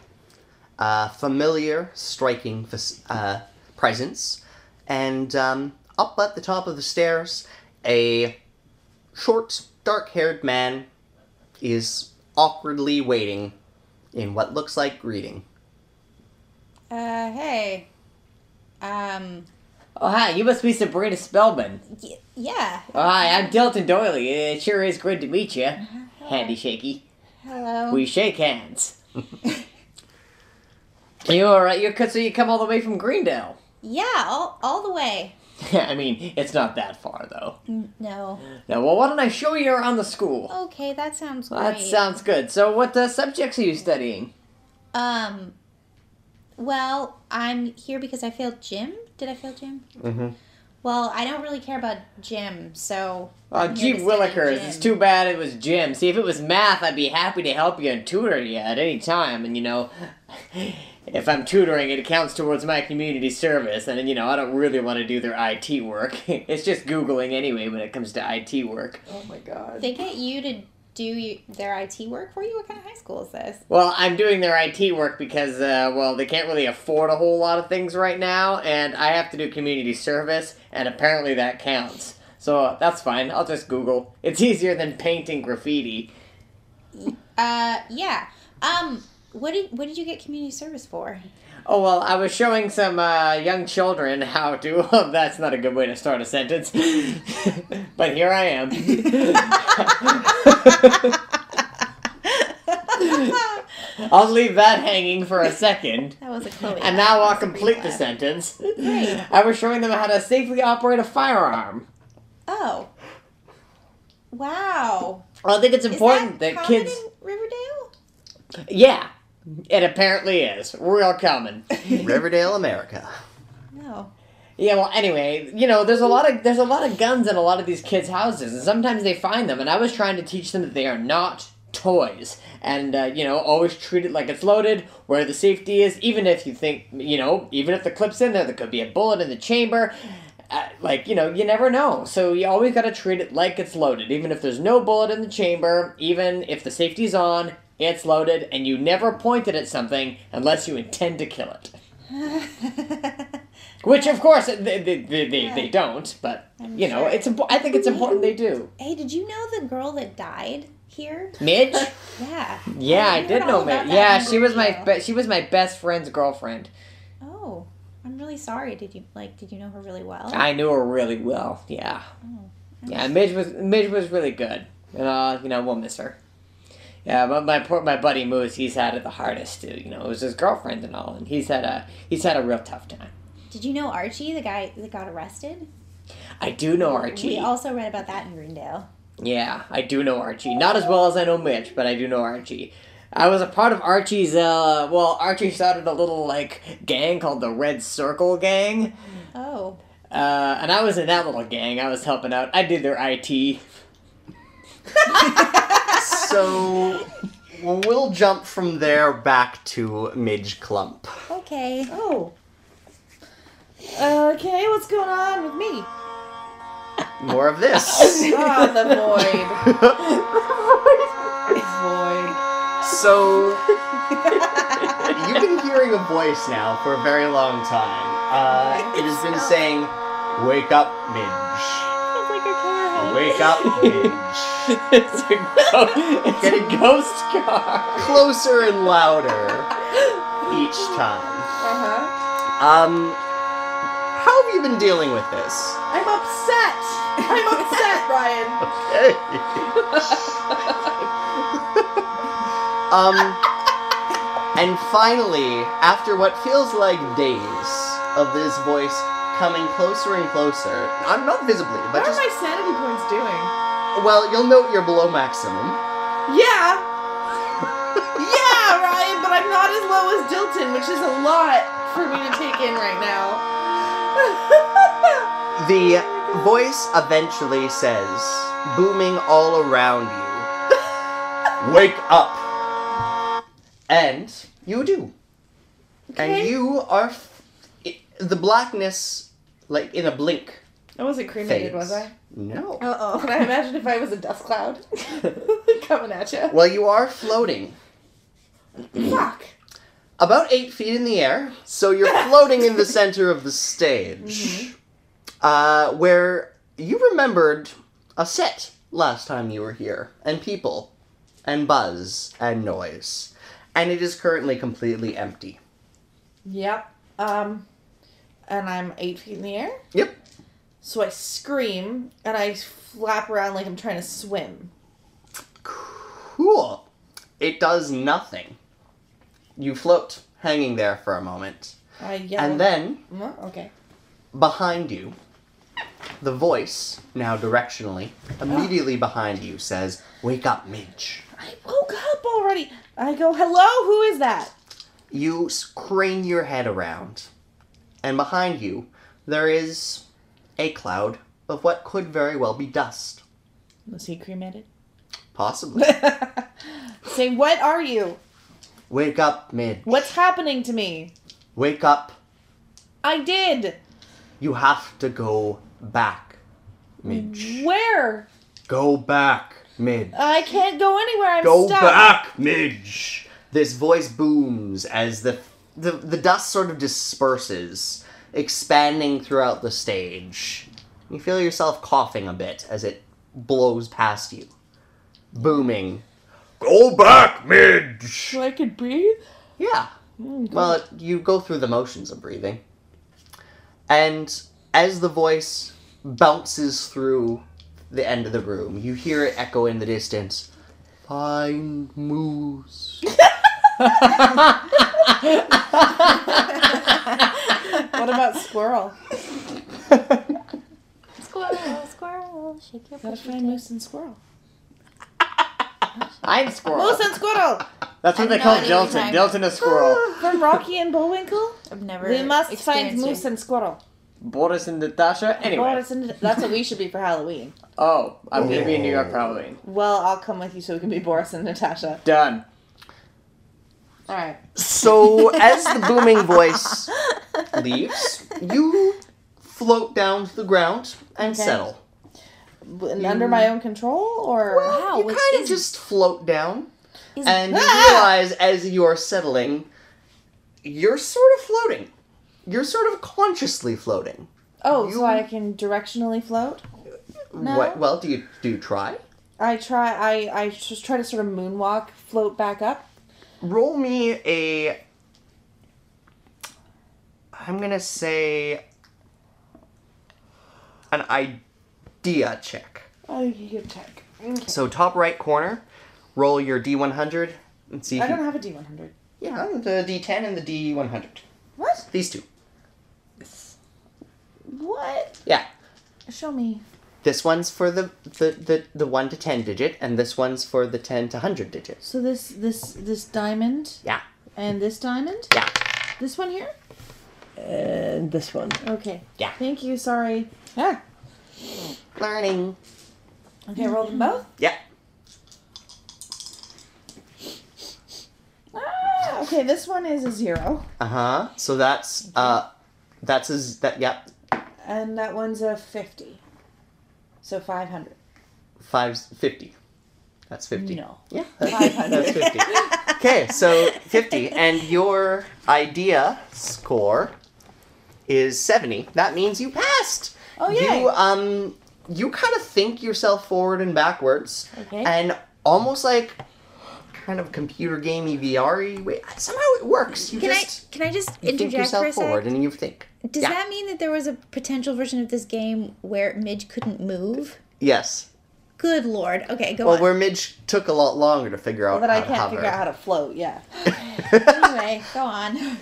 Uh, familiar, striking fac- uh, presence. And um, up at the top of the stairs, a short, dark haired man is awkwardly waiting in what looks like greeting. Uh, hey. Um, Oh, hi, you must be Sabrina Spellman. y- yeah. Oh, hi, I'm Delton Doily. It sure is good to meet you. Handy shaky. Hello. We shake hands. you alright? You so you come all the way from Greendale. yeah, all, all the way. I mean, it's not that far though. N- No. Now, well, why don't I show you around the school? Okay, that sounds great. Well, that sounds good. So, what uh, subjects are you studying? Um, well, I'm here because I failed gym. Did I fail gym? Mm-hmm. Mhm. Well, I don't really care about gym, so Oh, I'm gee here to study willikers, it's gym. too bad it was gym. See, if it was math, I'd be happy to help you and tutor you at any time. And, you know, if I'm tutoring, it counts towards my community service. And, you know, I don't really want to do their IT work. it's just Googling anyway when it comes to IT work. Oh my god. They get you to do you, their IT work for you. What kind of high school is this? Well, I'm doing their IT work because, uh, well, they can't really afford a whole lot of things right now, and I have to do community service, and apparently that counts. So uh, that's fine. I'll just Google. It's easier than painting graffiti. Uh, yeah. Um, what did what did you get community service for? Oh well, I was showing some uh, young children how to. Oh, that's not a good way to start a sentence. but here I am. I'll leave that hanging for a second. That was a Chloe. And now I'll complete the sentence. I was showing them how to safely operate a firearm. Oh. Wow. Well, I think it's Is important that, that, common kids. in Riverdale? Yeah, it apparently is real common. Riverdale, America. No. Yeah, well, anyway, you know, there's a lot of there's a lot of guns in a lot of these kids' houses, and sometimes they find them. And I was trying to teach them that they are not toys, and uh, you know, always treat it like it's loaded, where the safety is. Even if you think, you know, even if the clip's in there, there could be a bullet in the chamber. Uh, like you know, you never know. So you always got to treat it like it's loaded, even if there's no bullet in the chamber, even if the safety's on. It's loaded, and you never point it at something unless you intend to kill it. Which, of course, they, they, they, they, they don't, but, you know, sure. it's impo- I think it's important they do. Hey, did you know the girl that died here? Midge? Yeah. Yeah, I heard did all know about Midge. that Yeah, in she was my Riverdale. be- she was my best friend's girlfriend. Oh, I'm really sorry. Did you like? Did you know her really well? I knew her really well. Yeah. Hmm, Yeah, Midge was Midge was really good. And uh, you know, we'll miss her. Yeah, but my poor my buddy Moose, he's had it the hardest too. You know, it was his girlfriend and all, and he's had a he's had a real tough time. Did you know Archie, the guy that got arrested? I do know Archie. We also read about that in Greendale. Yeah, I do know Archie. Not as well as I know Mitch, but I do know Archie. I was a part of Archie's, uh, well, Archie started a little, like, gang called the Red Circle Gang. Oh, Uh, and I was in that little gang. I was helping out. I did their IT. so we'll jump from there back to Midge Clump. okay. Oh. Okay, what's going on with me? More of this. Ah, the void. void. so you've been hearing a voice now for a very long time. Uh, it has been saying, "Wake up, Midge! Sounds like a killer. Wake up, Midge!" it's a, go- it's Get a it? ghost car. Closer and louder each time. Uh-huh. Um, how have you been dealing with this? I'm upset. I'm upset, Ryan. Okay. um, and finally, after what feels like days of this voice coming closer and closer, I'm not visibly, but What are just my sanity points doing? well, you'll note you're below maximum. Yeah. yeah, Ryan, but I'm not as low as Dilton, which is a lot for me to take in right now. The voice eventually says, booming all around you, "Wake up!" And you do. Okay. And you are f- i- the blackness, like in a blink, I wasn't cremated, fades. was I? No. Uh-oh. Can I imagine if I was a dust cloud coming at you? Well, you are floating Fuck. about eight feet in the air, so you're floating in the center of the stage, uh, where you remembered a set last time you were here, and people, and buzz, and noise, and it is currently completely empty. Yep. Um, and I'm eight feet in the air. Yep. So I scream and I flap around like I'm trying to swim. Cool. It does nothing. You float, hanging there for a moment, I yell. and then. Mm, Okay. behind you, the voice, now directionally, immediately behind you says, Wake up, Midge. I woke up already. I go, hello, who is that? You s- crane your head around, and behind you, there is a cloud of what could very well be dust. Was he cremated? Possibly. Say, what are you? Wake up, Midge. What's happening to me? Wake up. I did. You have to go back, Mm-hmm. Midge. Where? Go back, Midge. I can't go anywhere. I'm Go stuck. back, Midge. This voice booms as the, the the dust sort of disperses, expanding throughout the stage. You feel yourself coughing a bit as it blows past you, booming. Go back, Midge. So I could breathe? Yeah. Well, it- you go through the motions of breathing. And as the voice bounces through the end of the room, you hear it echo in the distance Find Moose. What about squirrel? Squirrel, Oh, squirrel, shake your Gotta pushy find tail. moose and squirrel. I'm squirrel. Moose and squirrel! That's I what they have call no idea what you're Delton. talking about. Delton is squirrel. From Rocky and Bullwinkle? I've never. We must find experienced moose it. and squirrel. Boris and Natasha. Anyway. Well, that's, that's what we should be for Halloween. Oh, I'm gonna be in New York for Halloween. Well, I'll come with you so we can be Boris and Natasha. Done. All right. So as the booming voice leaves, you float down to the ground and Okay. settle. B- Under my own control, or Wow, You which kind of is- just float down, is- and you Ah! realize as you are settling, you're sort of floating. You're sort of consciously floating. oh, You- so I can directionally float. No. What? Well, do you do you try? I try. I I just try to sort of moonwalk, float back up. Roll me a. I'm gonna say. An idea check. Oh, you can check. So top right corner, roll your D100 and see. I If you, don't have a D one hundred. yeah, the D10 and the D100. What? These two. What? Yeah. Show me. This one's for the, the, the, the 1 to 10 digit, and this one's for the 10 to 100 digits. So this this this diamond Yeah. and this diamond. Yeah. This one here. And this one. Okay. Yeah. Thank you. Sorry. Yeah. Learning. Okay. Roll them both. Yeah. Ah, okay. This one is a zero, Uh huh. So that's, uh, that's his, that, yep. and that one's a fifty. So five hundred. Five's 50. That's 50. No. Yeah. Five hundred. That's 50. Okay, so 50. And your idea score is 70. That means you passed. Oh, yay. You, um, you kind of think yourself forward and backwards. Okay. And almost like kind of computer gamey VR way. Somehow it works. You Can I just can I just you think interject for a yourself forward sec? and you think. Does yeah. that mean that there was a potential version of this game where Midge couldn't move? Yes. Good lord. Okay, go Well, on. where Midge took a lot longer to figure out Well, then I how to can't hover. figure out how to float. Yeah. anyway, go on.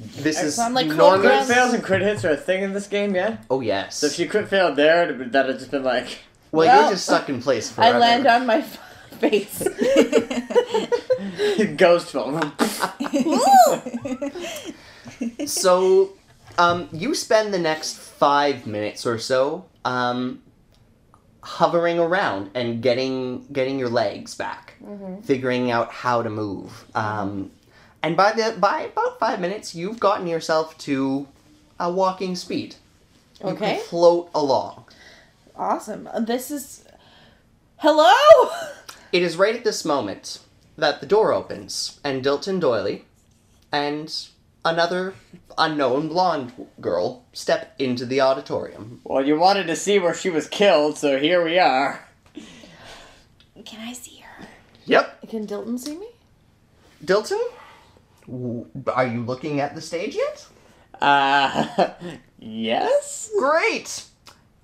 This is So I'm like floating Crit around- enormous. fails and crit hits are a thing in this game, yeah? Oh yes. So if she crit failed there, it'd be- that'd have just been like, well, Well, you're just stuck in place forever. I land on my f- face. ghost film. so um, you spend the next five minutes or so um, hovering around and getting getting your legs back Mm-hmm. figuring out how to move um, and by the by about five minutes you've gotten yourself to a walking speed you can Okay. float along Awesome. Uh, This is. Hello. it is right at this moment that the door opens and dilton doily and another unknown blonde girl step into the auditorium Well, you wanted to see where she was killed, so here we are. Can I see her? Yep. Can Dilton see me? Dilton? W- Are you looking at the stage yet? Uh, yes? Great!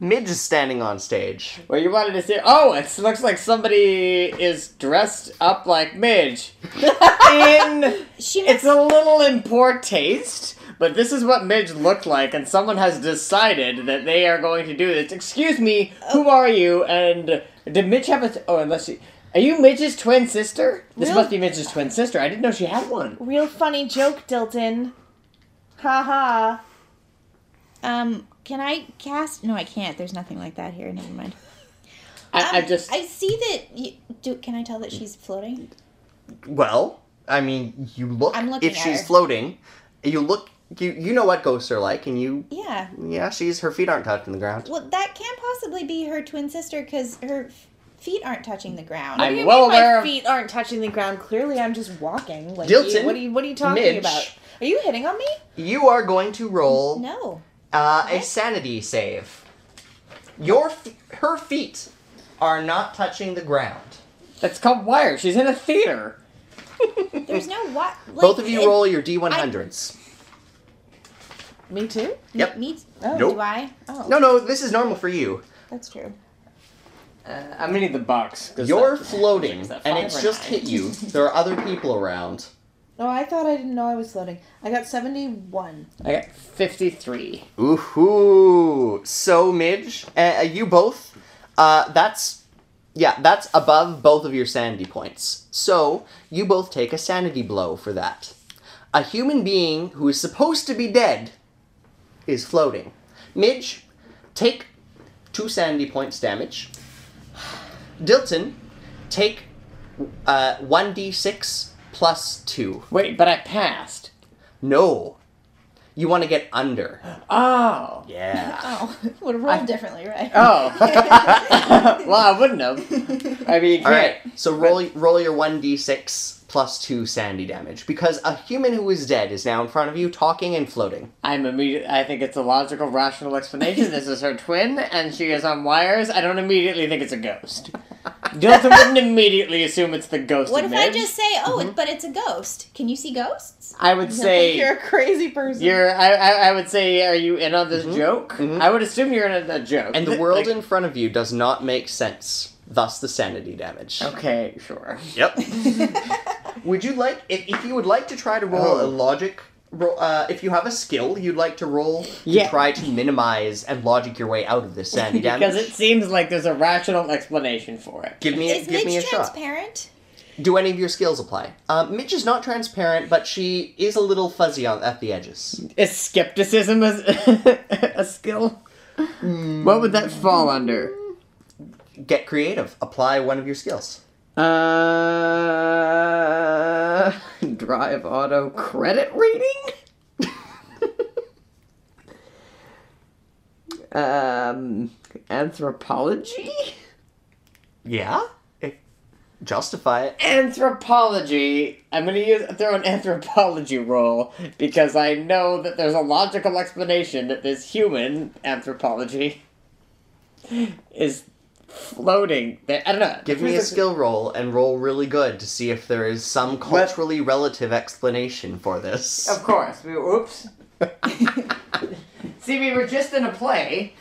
Midge is standing on stage. Well, you wanted to see. Oh, it looks like somebody is dressed up like Midge. In. She must It's a little in poor taste, but this is what Midge looked like, and someone has decided that they are going to do this. Excuse me, Oh. who are you? And did Midge have a. Th- oh, unless she. Are you Midge's twin sister? This Really? must be Midge's twin sister. I didn't know she had one. Real funny joke, Dilton. Ha ha. um can I cast No, I can't. There's nothing like that here. Never mind. Um, I, I just. I see that you, do can I tell that she's floating? Well, I mean, you look. I'm looking if at she's her. floating, you look. You, you know what ghosts are like, and you. Yeah. Yeah, she's. Her feet aren't touching the ground. Well, that can't possibly be her twin sister cuz her f- feet aren't touching the ground. I'm What do you well mean aware my of- feet aren't touching the ground. Clearly, I'm just walking. Like, Dilton, you- what are you What are you talking Midge. about? Are you hitting on me? You are going to roll no. uh, a sanity save. Your. F- her feet are not touching the ground. That's called Wire. She's in a theater. There's no what like, Both of you it- roll your D100s. Me too. Yep. Me, Oh. Nope. do I? Oh. No, no, this is normal for you. That's true. I'm gonna need the box. 'cause You're that- floating, that and five it's or just nine? hit you. There are other people around. Oh, I thought I didn't know I was floating. I got seventy-one. I got 53. Ooh, so Midge, uh, you both. Uh, that's yeah, that's above both of your sanity points. So you both take a sanity blow for that. A human being who is supposed to be dead is floating. Midge, take two sanity points damage. Dilton, take uh, 1d6 plus 2. Wait, but I passed. No. You want to get under. Ah. Oh. Yeah. Oh, would have rolled differently, right? Oh. well, I wouldn't have. I mean, you All can't. right. So roll roll your 1d6 plus 2 sanity damage because a human who is dead is now in front of you talking and floating. I'm immediate. I think it's a logical, rational explanation. this is her twin, and she is on wires. I don't immediately think it's a ghost. Dilton wouldn't immediately assume it's the ghost. what of if I Midge. just say, oh, Mm-hmm. it, but it's a ghost? Can you see ghosts? I would say You're a crazy person. You're. I, I. I would say. Are you in on this joke? I would assume you're in on a joke. Mm-hmm. And the world Like- in front of you does not make sense. Thus the sanity damage. Okay. Sure. Yep. would you like if, if you would like to try to roll Oh. a logic roll uh, if you have a skill you'd like to roll Yeah. to try to minimize and logic your way out of this sanity damage. Because it seems like there's a rational explanation for it. give me a, Is give me a Midge shot. transparent? Do any of your skills apply? Um, Mitch is not transparent, but she is a little fuzzy on at the edges. Is skepticism a, a skill? What would that fall under? Get creative. Apply one of your skills. Uh, drive auto credit reading. um, anthropology. Yeah. It- justify it. Anthropology. I'm gonna use throw an anthropology roll because I know that there's a logical explanation that this human anthropology is floating. There, I don't know. Give me a skill roll and roll really good to see if there is some culturally relative explanation for this. Of course. We, oops. See, we were just in a play.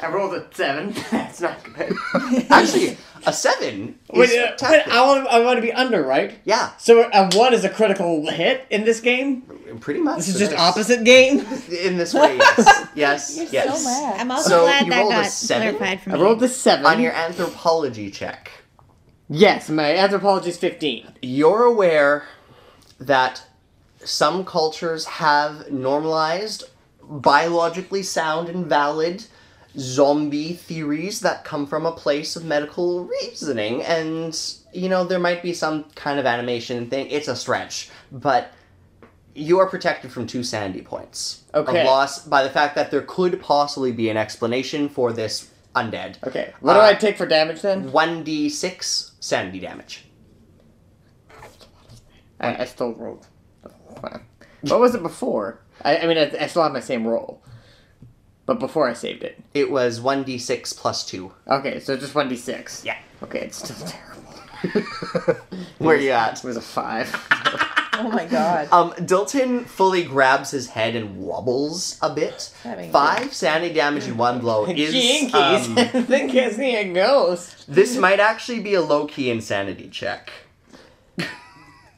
I rolled a seven. That's not good. Actually, a seven is Wait, uh, wait, spectacular. I want. I want to be under, right? yeah, So a one is a critical hit in this game. pretty much. This is It just opposite game. In this way, yes. Yes, You're so yes. mad. I'm also So glad you that rolled a got seven? clarified for I me. rolled a seven. On your anthropology check. Yes, my anthropology is 15. you're aware that some cultures have normalized, biologically sound and valid zombie theories that come from a place of medical reasoning. And, you know, there might be some kind of animation thing. It's a stretch. But you are protected from two sanity points Okay. of loss by the fact that there could possibly be an explanation for this undead. Okay, what do Uh, I take for damage then? 1d6 sanity damage. I, I still rolled. What was it before? I, I mean, I, I still have my same roll. But before I saved it. It was 1d6 plus 2. Okay, so just 1d6. Yeah. Okay, it's still terrible. Where you at? It was a 5. Oh my god. Um, Dilton fully grabs his head and wobbles a bit. That ain't Five sanity damage in one blow is. Jinkies! um, I think I see a ghost. this might actually be a low key insanity check.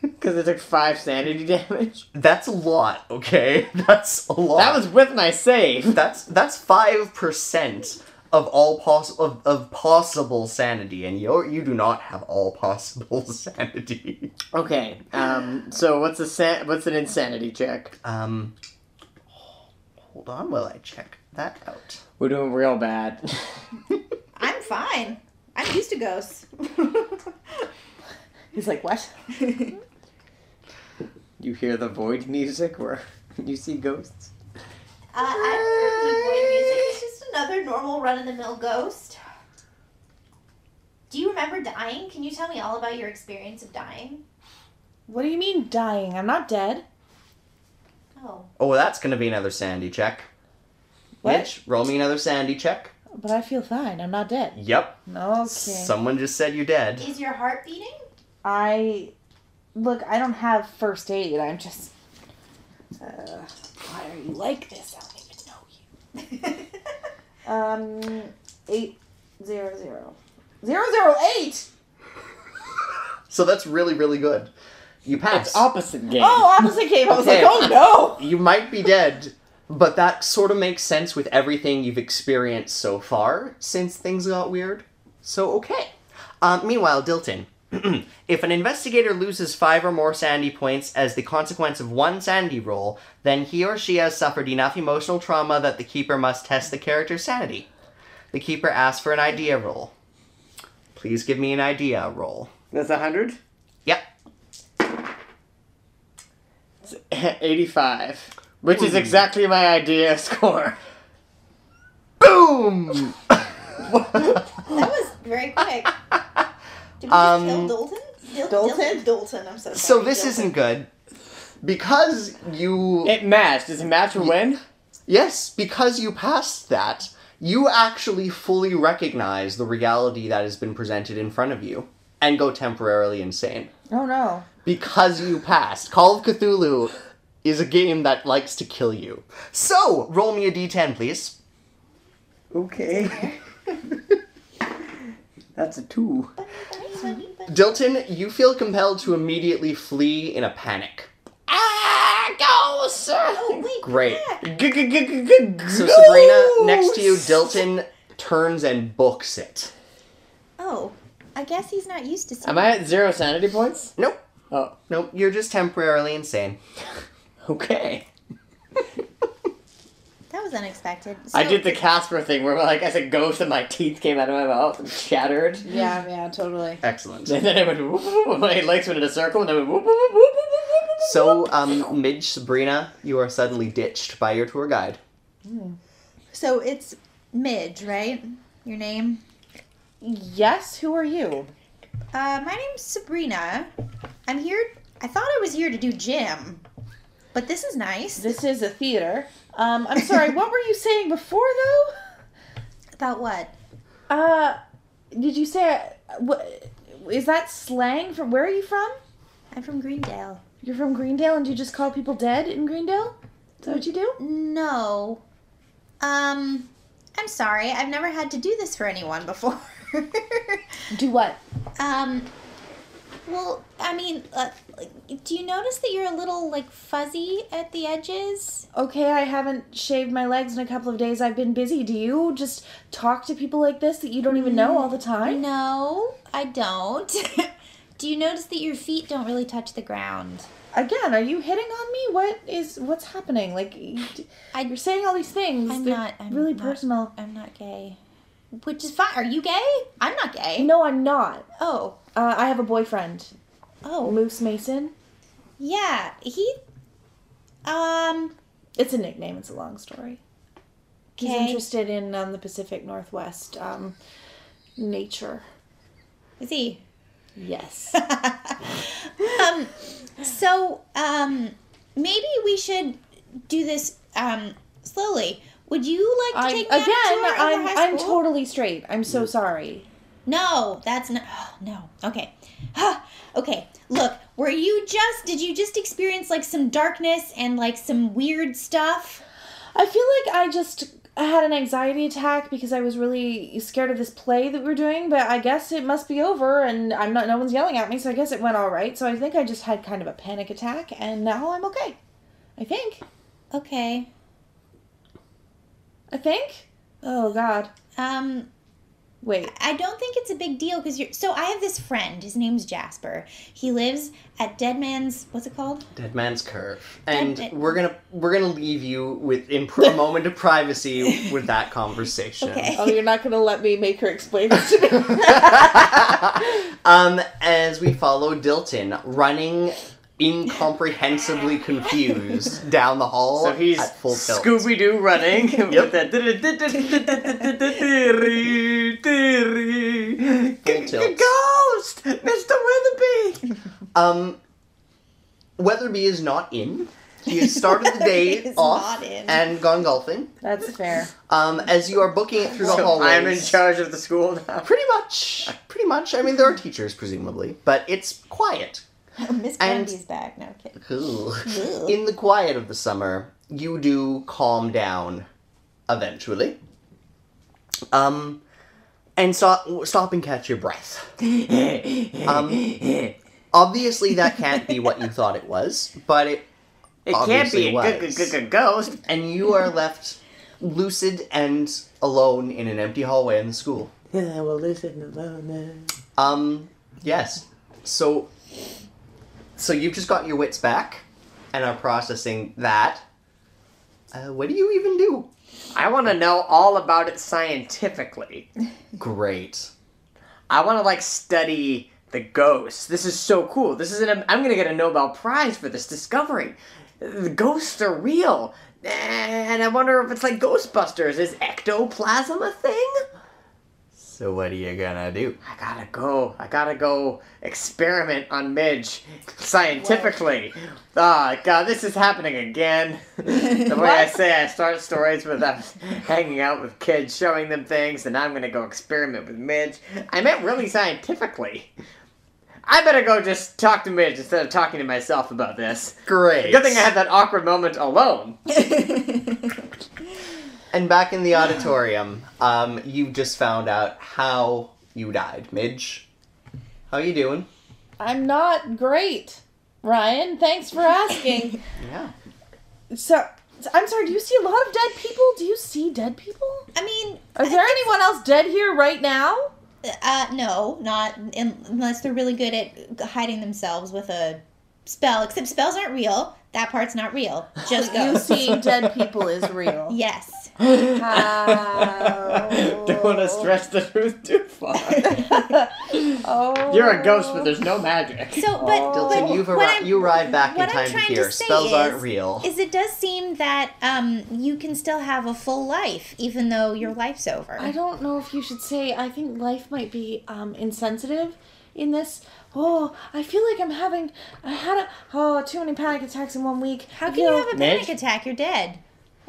Because it took 5 sanity damage. That's a lot, okay? That's a lot. That was with my save. That's that's five percent of all possible of, of possible sanity, and you you do not have all possible sanity. Okay, um, so what's a san- what's an insanity check? Um, hold on, while I check that out. We're doing real bad. I'm fine. I'm used to ghosts. He's like, what? You hear the void music where you see ghosts. Uh, I music. It's just another normal run of the mill ghost. Do you remember dying? Can you tell me all about your experience of dying? What do you mean dying? I'm not dead. Oh, Oh, that's gonna be another sanity check. What? Mitch, roll me another sanity check. But I feel fine. I'm not dead. Yep. Okay. Someone just said you're dead. is your heart beating? I look. I don't have first aid. I'm just. Uh, why are you like this? I don't even know you. Um, eight zero zero zero zero eight. So that's really, really good. You pass. It's opposite game. Oh, opposite game. I was Okay. like, oh no. you might be dead, but that sort of makes sense with everything you've experienced so far since things got weird. So, okay. Um, Uh, meanwhile, Dilton, If an investigator loses five or more sanity points as the consequence of one sanity roll, then he or she has suffered enough emotional trauma that the keeper must test the character's sanity. The keeper asks for an idea roll. Please give me an idea roll. That's 100? Yep. 85. Which is exactly my idea score. Boom! That was very quick. Did we Um, just kill Dalton? Dil- Dalton? Dalton? Dalton, I'm so sorry. So this Dalton. isn't good. Because you. It matched. Does it match or win? Yes, because you passed that, you actually fully recognize the reality that has been presented in front of you and go temporarily insane. Oh no. Because you passed. Call of Cthulhu is a game that likes to kill you. So, roll me a d10, please. Okay. That's a two. Dilton, you feel compelled to immediately flee in a panic. Ah, go, Oh, sir! Wait, Great. So, So Sabrina, next to you, Dilton turns and books it. Oh, I guess he's not used to seeing. Um, Am I at zero sanity points? Nope. Oh, Nope, you're just temporarily insane. okay. That was unexpected. I So- did the Casper thing where, like, as it goes, and my teeth came out of my mouth and shattered. Yeah, yeah, totally. Excellent. And then I went, whoop, whoop, whoop, my legs went in a circle, and I went, whoop, whoop, whoop, whoop, whoop, whoop, whoop. So, um, Midge, Sabrina, you are suddenly ditched by your tour guide. So it's Midge, right? Your name? Yes, who are you? Uh, my name's Sabrina. I'm here. I thought I was here to do gym, but this is nice. This is a theater. Um, I'm sorry, what were you saying before though? About what? Uh, did you say what? Is that slang from where are you from? I'm from Greendale. You're from Greendale, and do you just call people dead in Greendale? Is that what you Mm-hmm. do? No. Um, I'm sorry. I've never had to do this for anyone before. Do what? um, well, I mean, uh, like, do you notice that you're a little like fuzzy at the edges? Okay, I haven't shaved my legs in a couple of days. I've been busy. Do you just talk to people like this that you don't even know all the Mm-hmm. time? No, I don't. do you notice that your feet don't really touch the ground? Again, are you hitting on me? What is what's happening? Like I- you're saying all these things. I'm They're not. I'm really not- personal. I'm not gay. Which is fine. Are you gay? I'm not gay. No, I'm not. Oh, Uh, I have a boyfriend, oh, Moose Mason. yeah. He, um, It's a nickname. It's a long story. He's Okay. interested in um, the Pacific Northwest um, nature. is he? Yes. um, so, um, maybe we should do this um slowly. Would you like to I'm, take me on again, a tour of I'm the high I'm school? totally straight. I'm so sorry. No, that's not. Oh, no. Okay. Huh. okay. Look, were you just? Did you just experience like some darkness and like some weird stuff? I feel like I just had an anxiety attack because I was really scared of this play that we are doing, but I guess it must be over and I'm not no one's yelling at me, so I guess it went all right. So I think I just had kind of a panic attack and now I'm okay. I think. Okay. I think. Oh god. Um, Wait. I don't think it's a big deal because you're. So I have this friend. His name's Jasper. He lives at Dead Man's. What's it called? Dead man's curve. And Dead man- we're gonna we're gonna leave you with in pr- a moment of privacy with that conversation. Okay. Oh, you're not gonna let me make her explain this to me. um, as we follow Dilton running incomprehensibly confused down the hall So he's at full tilt. Scooby Doo running with that. tilt. Ghost! Mr. Witherby! Um, Weatherby is not in. He has started the day is off not in. and gone golfing. That's fair. Um, as you are booking it through the So hallways. I'm in charge of the school now. Pretty much. Pretty much. I mean, there are teachers, presumably, but it's quiet. Miss And- Grundy's back. No kidding. Ooh. In the quiet of the summer, you do calm down eventually. Um, and stop, stop and catch your breath. Um, obviously, that can't be what you thought it was, but it It can't Obviously be a g- was. g- g- ghost. and you are left lucid and alone in an empty hallway in the school. Then I will listen to loneliness. Um, yes. So, so you've just got your wits back, and are processing that. Uh, what do you even do? I want to know all about it scientifically. Great. I want to like study the ghosts. This is so cool. This is an I'm gonna get a Nobel Prize for this discovery. The ghosts are real, and I wonder if it's like Ghostbusters. Is ectoplasm a thing? So what are you gonna do? I gotta go. I gotta go experiment on Midge scientifically. Ah, God, this is happening again. the way I say I start stories with them hanging out with kids, showing them things, and I'm gonna go experiment with Midge. I meant really scientifically. I better go just talk to Midge instead of talking to myself about this. Great. Good thing I had that awkward moment alone. And back in the auditorium, um, you just found out how you died, Midge. How you doing? I'm not great, Ryan. Thanks for asking. Yeah. so, I'm sorry. Do you see a lot of dead people? Do you see dead people? I mean, Is there anyone else dead here right now? uh, no, not in, unless they're really good at hiding themselves with a spell. Except spells aren't real. That part's not real. Just You ghosts. see dead people is real. yes. Don't want to stress the truth too far. Oh. You're a ghost, but there's no magic. So, but, Dilton, but you've what arri- I'm- you arrived back in what I'm time to trying to hear. say Spells is- aren't real. is it does seem that um, you can still have a full life even though your life's over. I don't know if you should say. I think life might be um, insensitive in this. Oh, I feel like I'm having. I had a. Oh, too many panic attacks in one week. How can you have a panic Midge? attack? You're dead.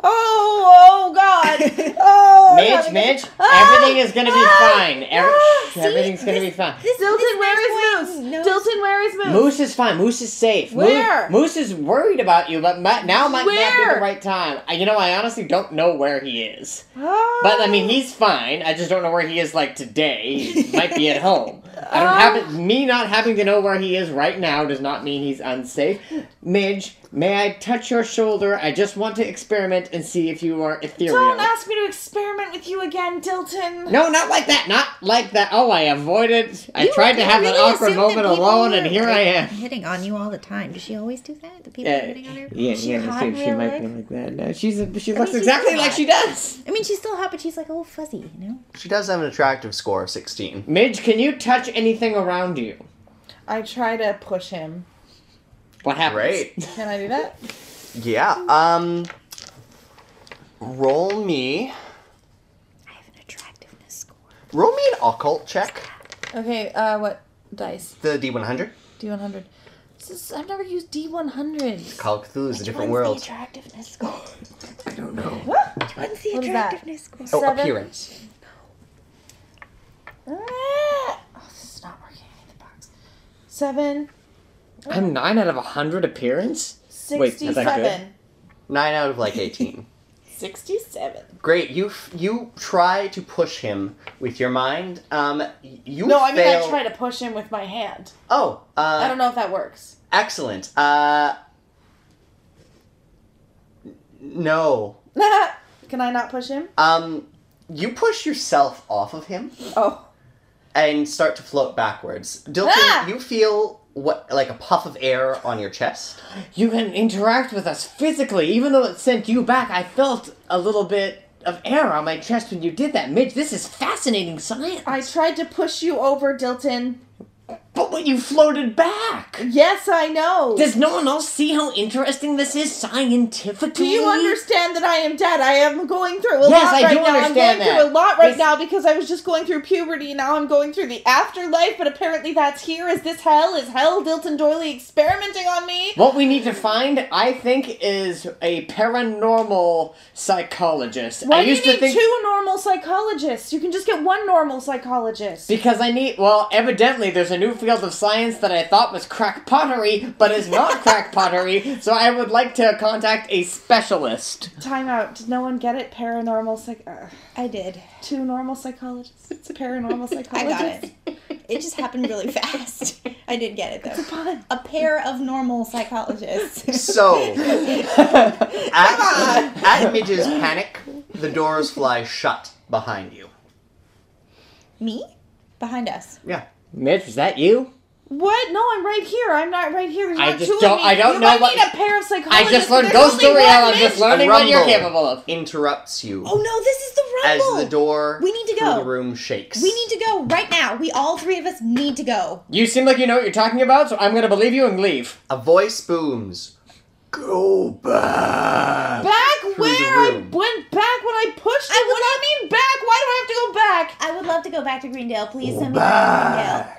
Oh, oh God. Oh, I'm Midge, having a- Midge, Ah! everything is gonna be Ah! fine. Every- Ah! See? everything's gonna be This- fine. This, Dilton, where where is is Moose? Dilton, where is Moose? Moose is fine. Moose is safe. Moo- Where? Moose, is worried about you, but mi- now might not be Where? the right time. I- You know, I honestly don't know where he is. Oh. But I mean, he's fine. I just don't know where he is like today. He might be at home. I don't happen. Me not having to know where he is right now does not mean he's unsafe. Midge, may I touch your shoulder? I just want to experiment and see if you are ethereal. Don't ask me to experiment with you again, Dilton. No, not like that. Not like that. Oh, I avoided. I You tried to have really that awkward assume that moment people alone, were, and here like, I am. Hitting on you all the time. Does she always do that? The people Yeah, are hitting on her. yeah, Is she yeah, hot she, in she real might life? be like that. No, she's a, she looks she's exactly hot. like she does. I mean, she's still hot, but she's like a little fuzzy, you know. She does have an attractive score of 16. Midge, can you touch anything around you? I try to push him. What happens? Great. Can I do that? Yeah. Um. Roll me. I have an attractiveness score. Roll me an occult check. Okay, uh, what dice? The D100. D100. This is, I've never used D100. Call of Cthulhu is a different When's world. The attractiveness score. I don't know. When's the What is that? attractiveness score? Oh, Seven. appearance. Oh, this is not working. I need the box. Seven, I'm nine out of a hundred appearance. Wait, is that sixty-seven. Nine out of like 18. Sixty-seven. Great. You f- you try to push him with your mind. Um. y- You No, I mean fail. I try to push him with my hand. Oh. Uh, I don't know if that works. Excellent. Uh, n- no. Can I not push him? Um, you push yourself off of him Oh. and start to float backwards. Dilton, Ah! you feel what like a puff of air on your chest. You can interact with us physically, even though it sent you back. I felt a little bit of air on my chest when you did that, Midge. This is fascinating science. I tried to push you over, Dilton. But when you floated back. Yes, I know. Does no one else see how interesting this is scientifically? do you understand that I am dead? I am going through a Mm-hmm. Yes, lot I right do now. understand I'm going that. through a lot right This- now because I was just going through puberty. Now I'm going through the afterlife, but apparently that's here. Is this hell? Is hell Dilton Doily experimenting on me? What we need to find, I think, is a paranormal psychologist. Why I do you used need to think two normal psychologists? You can just get one normal psychologist. because I need. Well, evidently, there's a new field of science that I thought was crack pottery, but is not crack pottery. So I would like to contact a specialist. Time out. Did no one get it? Paranormal psych. Uh, I did. two normal psychologists. It's a paranormal psychologist. I got it. It just happened really fast. I did get it though. Fun. A pair of normal psychologists. So at, at Midge's panic, the doors fly shut behind you. Me? Behind us. Yeah. Mitch, is that you? What? No, I'm right here. I'm not right here. There's I not just two of don't- me. I don't you know might what- need a pair of I psychologists. just learned There's ghost only story. one I'm Mitch. just learning what you're Rumble. capable of. interrupts you Oh no, this is the as rumble. the door We need to through go. the room shakes. We need to go right now. We all three of us need to go. You seem like you know what you're talking about, so I'm gonna believe you and leave. A voice booms. Go back. Back the where I room. went back when I pushed. I I would what do I mean back? Why do I have to go back? I would love to go back to Greendale. Please send me back to Greendale.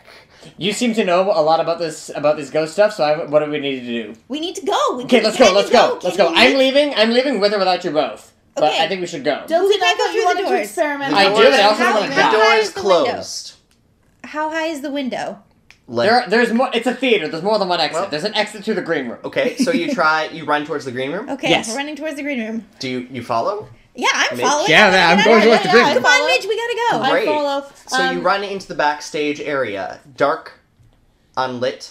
You seem to know a lot about this about this ghost stuff. So I, what do we need to do? We need to go. We Okay, can- let's can go. I Let's just go. Let's go. Can we I'm leave? leaving. I'm leaving with or without you both. But Okay. I think we should go. Dilton, Who can I go thought through you the wanted to doors? experiment. I on do, this. and I also How- want to The how go. door high is is the window? closed. How high is the window? Let- There, there's more. It's a theater. There's more than one exit. Well- there's an exit to the green room. okay, so you try. You run towards the green room. Okay, Yes. we're running towards the green room. Do you you follow? Yeah, I'm Mitch? following. Yeah, yeah, I'm Get out going of towards here. the green room. Come on, Mitch. We gotta go. I follow. So you Um, run into the backstage area, dark, unlit.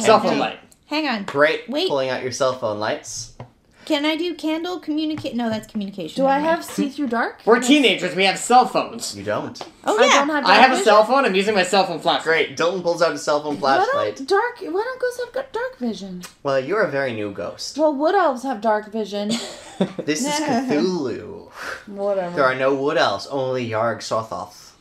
Cell phone light. Hang on. Great. Wait. Pulling out your cell phone lights. Can I do candle communicate? No, that's communication. Do Never I mind. have see through dark? We're teenagers. We have cell phones. You don't. Oh I yeah. don't have. Dark I have a vision. cell phone. I'm using my cell phone flashlight. Great. Dalton pulls out his cell phone Why flashlight. don't dark? Why don't ghosts have got dark vision? Well, you're a very new ghost. Well, wood elves have dark vision. This is Cthulhu. There Whatever. are no wood elves, only Yarg Sothoth.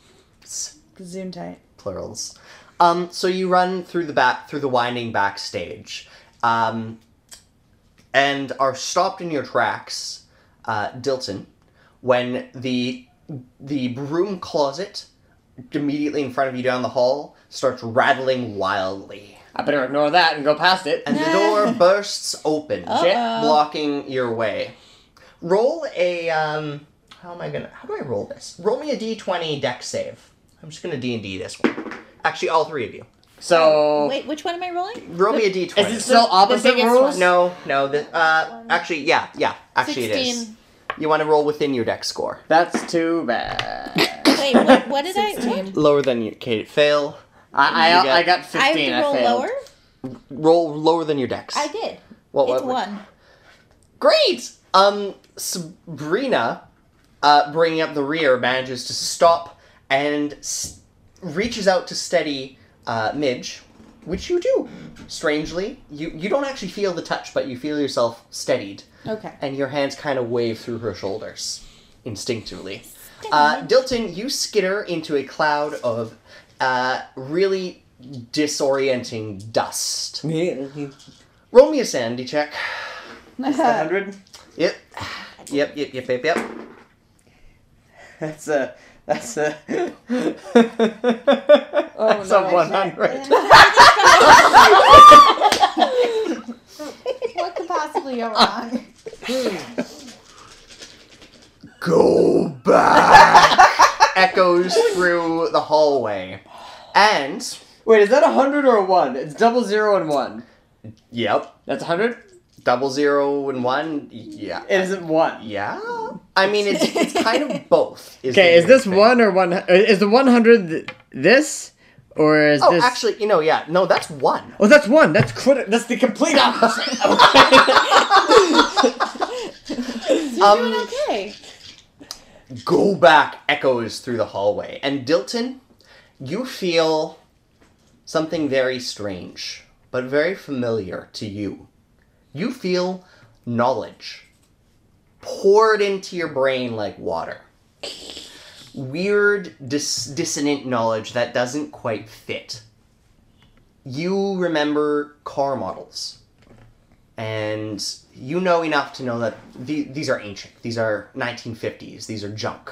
Zoom tight. plurals. Um, so you run through the back through the winding backstage, um, and are stopped in your tracks, uh, Dilton, when the the broom closet immediately in front of you down the hall starts rattling wildly, I better ignore that and go past it. and the door bursts open, Uh-oh. blocking your way. Roll a um, how am I gonna? How do I roll this? Roll me a d twenty deck save. I'm just gonna D and D this one. Actually, all three of you. So Wait, which one am I rolling? Roll me a d20. is it still opposite biggest rules? No, no. The, uh, actually, yeah, yeah. Actually, it is. 16. You want to roll within your deck score. That's too bad. Wait, what, what did I? what? Lower than your Kate fail. I You I, got- I got I have fifteen. I, to roll failed. lower. Roll lower than your decks. I did. What- it's what- what- one. Great. Um, Sabrina, uh, bringing up the rear, manages to stop and s- reaches out to steady uh, Midge, which you do. Strangely, you you don't actually feel the touch, but you feel yourself steadied. Okay. and your hands kind of wave through her shoulders instinctively. Uh, Dilton, you skitter into a cloud of uh, really disorienting dust. Roll me a sanity check. Hundred. Yep. Yep, yep, yep, yep, yep. That's a. That's a. that's no, a one hundred. What could possibly go wrong? Go back! Echoes through the hallway. And, Wait, is that a hundred or a one? It's double zero and one. yep, That's a hundred. double zero and one, yeah. It isn't one. yeah? I mean, it's, it's kind of both. Okay, the is this weird thing. one or one? uh, Is the one hundred this, or is Oh, this? actually, you know, yeah. No, that's one. oh, that's one. That's criti- That's the complete opposite. Um, Okay. go back echoes through the hallway. And Dilton, you feel something very strange, but very familiar to you. You feel knowledge poured into your brain like water. Weird, dis- dissonant knowledge that doesn't quite fit. You remember car models. and you know enough to know that the, these are ancient. These are 1950s. These are junk.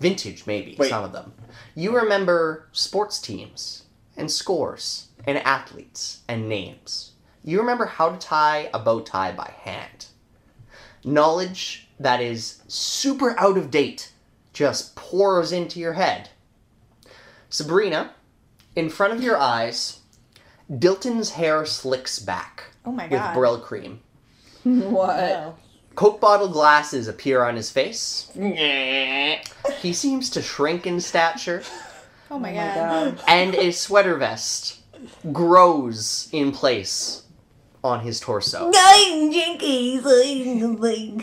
Vintage, maybe, Wait. some of them. You remember sports teams and scores and athletes and names. You remember how to tie a bow tie by hand. Knowledge that is super out of date just pours into your head. Sabrina, in front of your eyes, Dilton's hair slicks back Oh my with god. Brill cream. What? Coke bottle glasses appear on his face. Wait, He seems to shrink in stature, oh my Oh my god. God. and a sweater vest grows in place on his torso, That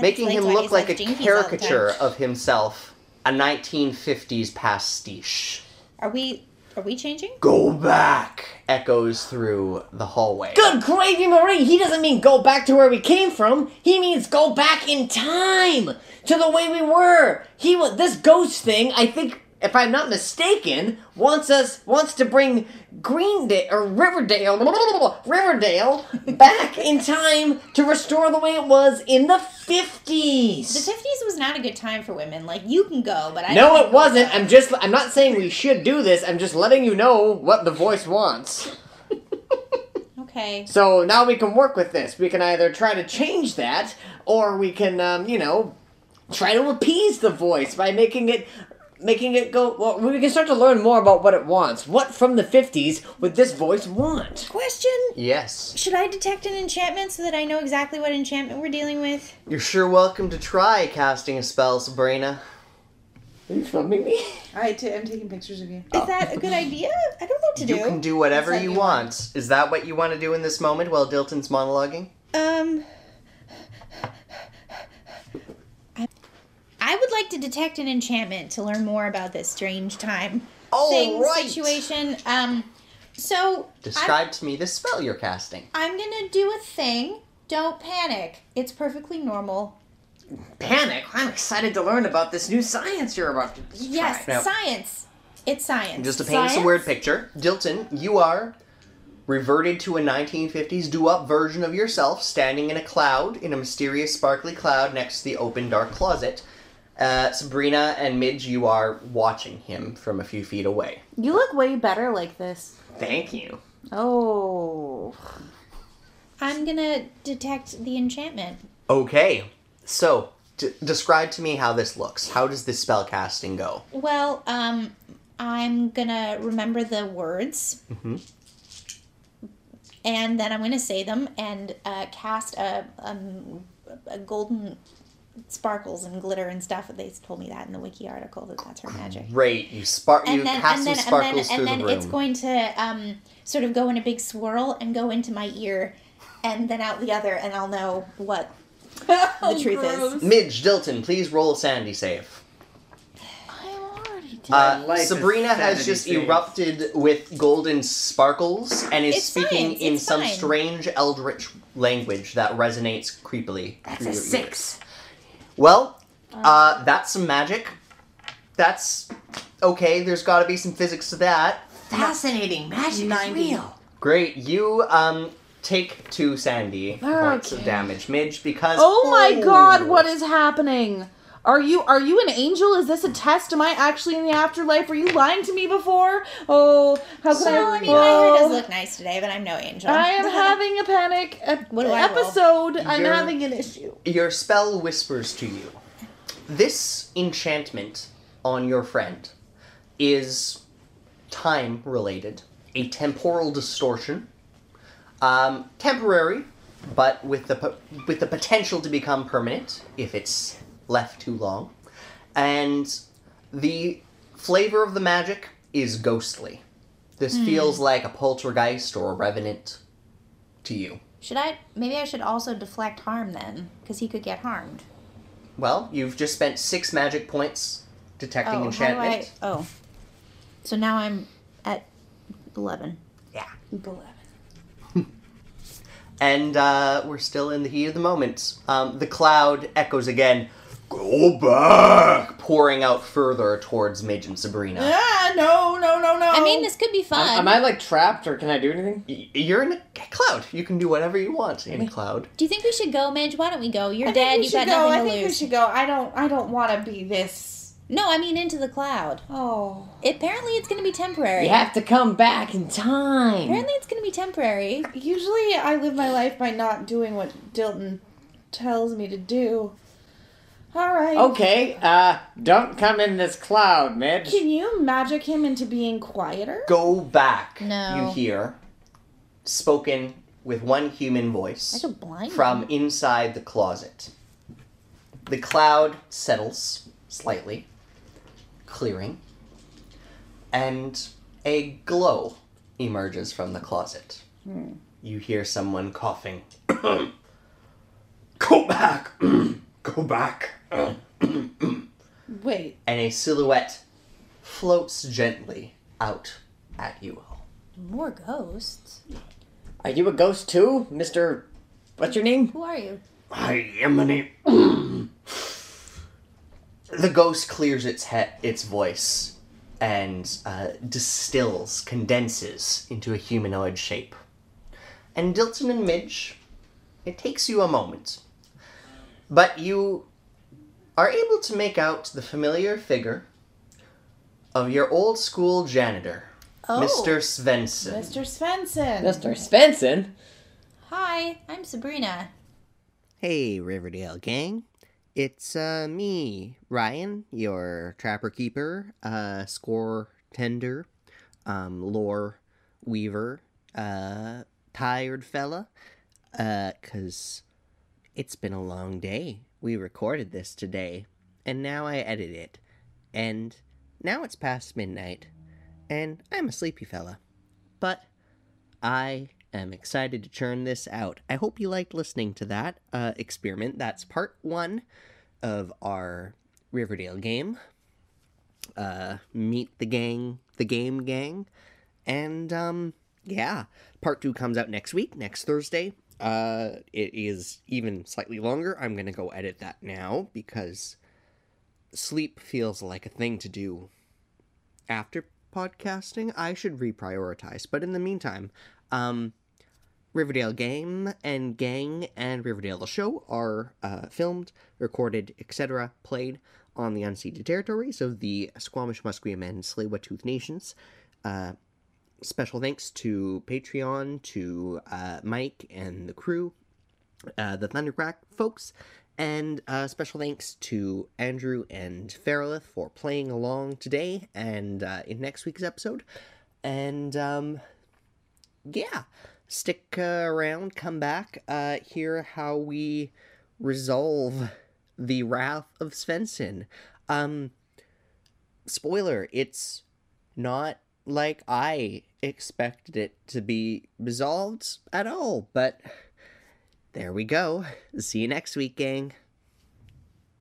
making him explains why look he's like a jinkies all the time. caricature of himself, a 1950s pastiche. Are we Are we changing? Go back! Echoes through the hallway. Good gravy, Marie! He doesn't mean go back to where we came from. He means go back in time to the way we were. He wa- this ghost thing. I think, if I'm not mistaken, wants us wants to bring Greendale or Riverdale, Riverdale back in time to restore the way it was in the The fifties. fifties was not a good time for women. Like you can go, but I No, don't it wasn't. I'm just. I'm not saying we should do this. I'm just letting you know what the voice wants. Okay. So now we can work with this. We can either try to change that, or we can, um, you know, try to appease the voice by making it, making it go. Well, we can start to learn more about what it wants. What from the fifties would this voice want? Question: Yes. Should I detect an enchantment so that I know exactly what enchantment we're dealing with? You're sure welcome to try casting a spell, Sabrina. Are you filming me? I t- I'm taking pictures of you. Is that a good idea? I don't know what to Oh. You can do whatever That's you what you want. want. Is that what you want to do in this moment while Dilton's monologuing? Um, I- I would like to detect an enchantment to learn more about this strange time All thing right. situation. Um, so I'm, Describe to me the spell you're casting. I'm gonna do a thing. Don't panic. It's perfectly normal. Panic! I'm excited to learn about this new science you're about to. Try. Yes, Now- science. It's science. Just to paint us a word picture, Dilton, you are reverted to a 1950s doo-wop version of yourself, standing in a cloud, in a mysterious sparkly cloud next to the open dark closet. Uh, Sabrina and Midge, you are watching him from a few feet away. You look way better like this. Thank you. Oh. I'm gonna detect the enchantment. Okay, so d- describe to me how this looks. How does this spell casting go? Well, um, I'm gonna remember the words, and then I'm gonna say them and uh, cast a, um, a golden sparkles and glitter and stuff. They told me that in the wiki article that that's her magic. Great, you spark, you And then, cast and then, some and then, sparkles and through then the room. it's going to um, sort of go in a big swirl and go into my ear, and then out the other, and I'll know what the truth is. Midge, Dilton, please roll a sanity save. My Uh, life is Sabrina has sanity just save. erupted with golden sparkles and is It's speaking science, in it's some fine. strange eldritch language that resonates creepily. That's through a your ears. six. Well, Um. uh, that's some magic. That's okay. There's got to be some physics to that. Fascinating magic is real. Great. You um take two sandy points of Okay. damage, Midge, because Oh my Oh. god, what is happening? Are you are you an angel? Is this a test? Am I actually in the afterlife? Were you lying to me before? Oh, how could So, I? I mean, my hair Oh. does look nice today, but I'm no angel. I am having a panic ep- What do I roll? episode. I'm You're- having an issue. Your spell whispers to you. This enchantment on your friend is time related, a temporal distortion, um, temporary, but with the po- with the potential to become permanent if it's left too long, and the flavor of the magic is ghostly. This feels like a poltergeist or a revenant to you. Should I? Maybe I should also deflect harm then, because he could get harmed. Well, you've just spent six magic points detecting Oh, how do enchantment. I? Oh, so now I'm at eleven. Yeah. eleven. And uh, we're still in the heat of the moment. Um, the cloud echoes again. Go back! Pouring out further towards Midge and Sabrina. Ah, no, no, no, no. I mean, this could be fun. Am, am I like trapped, or can I do anything? Y- You're in a cloud. You can do whatever you want in a cloud. Do you think we should go, Midge? Why don't we go? You're I dead. think we You've should got go. I nothing to think we lose. should go. I don't. I don't want to be this. No, I mean into the cloud. Oh, Apparently, it's going to be temporary. You have to come back in time. Apparently, it's going to be temporary. usually I live my life by not doing what Dilton tells me to do. All right. Okay, uh, don't come in this cloud, Midge. Can you magic him into being quieter? Go back. No. You hear spoken with one human voice. I could blind. from inside the closet. The cloud settles slightly, clearing, and a glow emerges from the closet. You hear someone coughing. Go back! Go back! Wait. And a silhouette floats gently out at you all. More ghosts. Are you a ghost too, Mister? What's your name? Who are you? I am an. a- the ghost clears its head, its voice, and uh, distills, condenses into a humanoid shape. And Dilton and Midge, it takes you a moment, but you are able to make out the familiar figure of your old school janitor, Oh. Mr. Svensson. Mr. Svensson. Mister Svensson. Hi, I'm Sabrina. Hey, Riverdale gang. It's uh, me, Ryan, your trapper keeper, uh, score tender, um, lore weaver, uh, tired fella, uh, cause it's been a long day. We recorded this today, and now I edit it, and now it's past midnight, and I'm a sleepy fella. But I am excited to churn this out. I hope you liked listening to that uh, experiment. That's part one of our Riverdale game. Uh, meet the gang, the game gang. And um, yeah, part two comes out next week, next Thursday. Uh, it is even slightly longer. I'm going to go edit that now because sleep feels like a thing to do after podcasting, I should reprioritize. But in the meantime, um, Riverdale Game and Gang and Riverdale the Show are uh, filmed, recorded, etc., played on the unceded territories of the Squamish, Musqueam, and tsleil nations. Uh, special thanks to Patreon, to uh, Mike and the crew, uh, the Thundercrack folks, and uh, special thanks to Andrew and Farrelith for playing along today and uh, in next week's episode. And um, yeah, stick uh, around, come back, uh, hear how we resolve the wrath of Svensson. Um, spoiler, it's not like I expected it to be resolved at all, but there we go. See you next week, gang.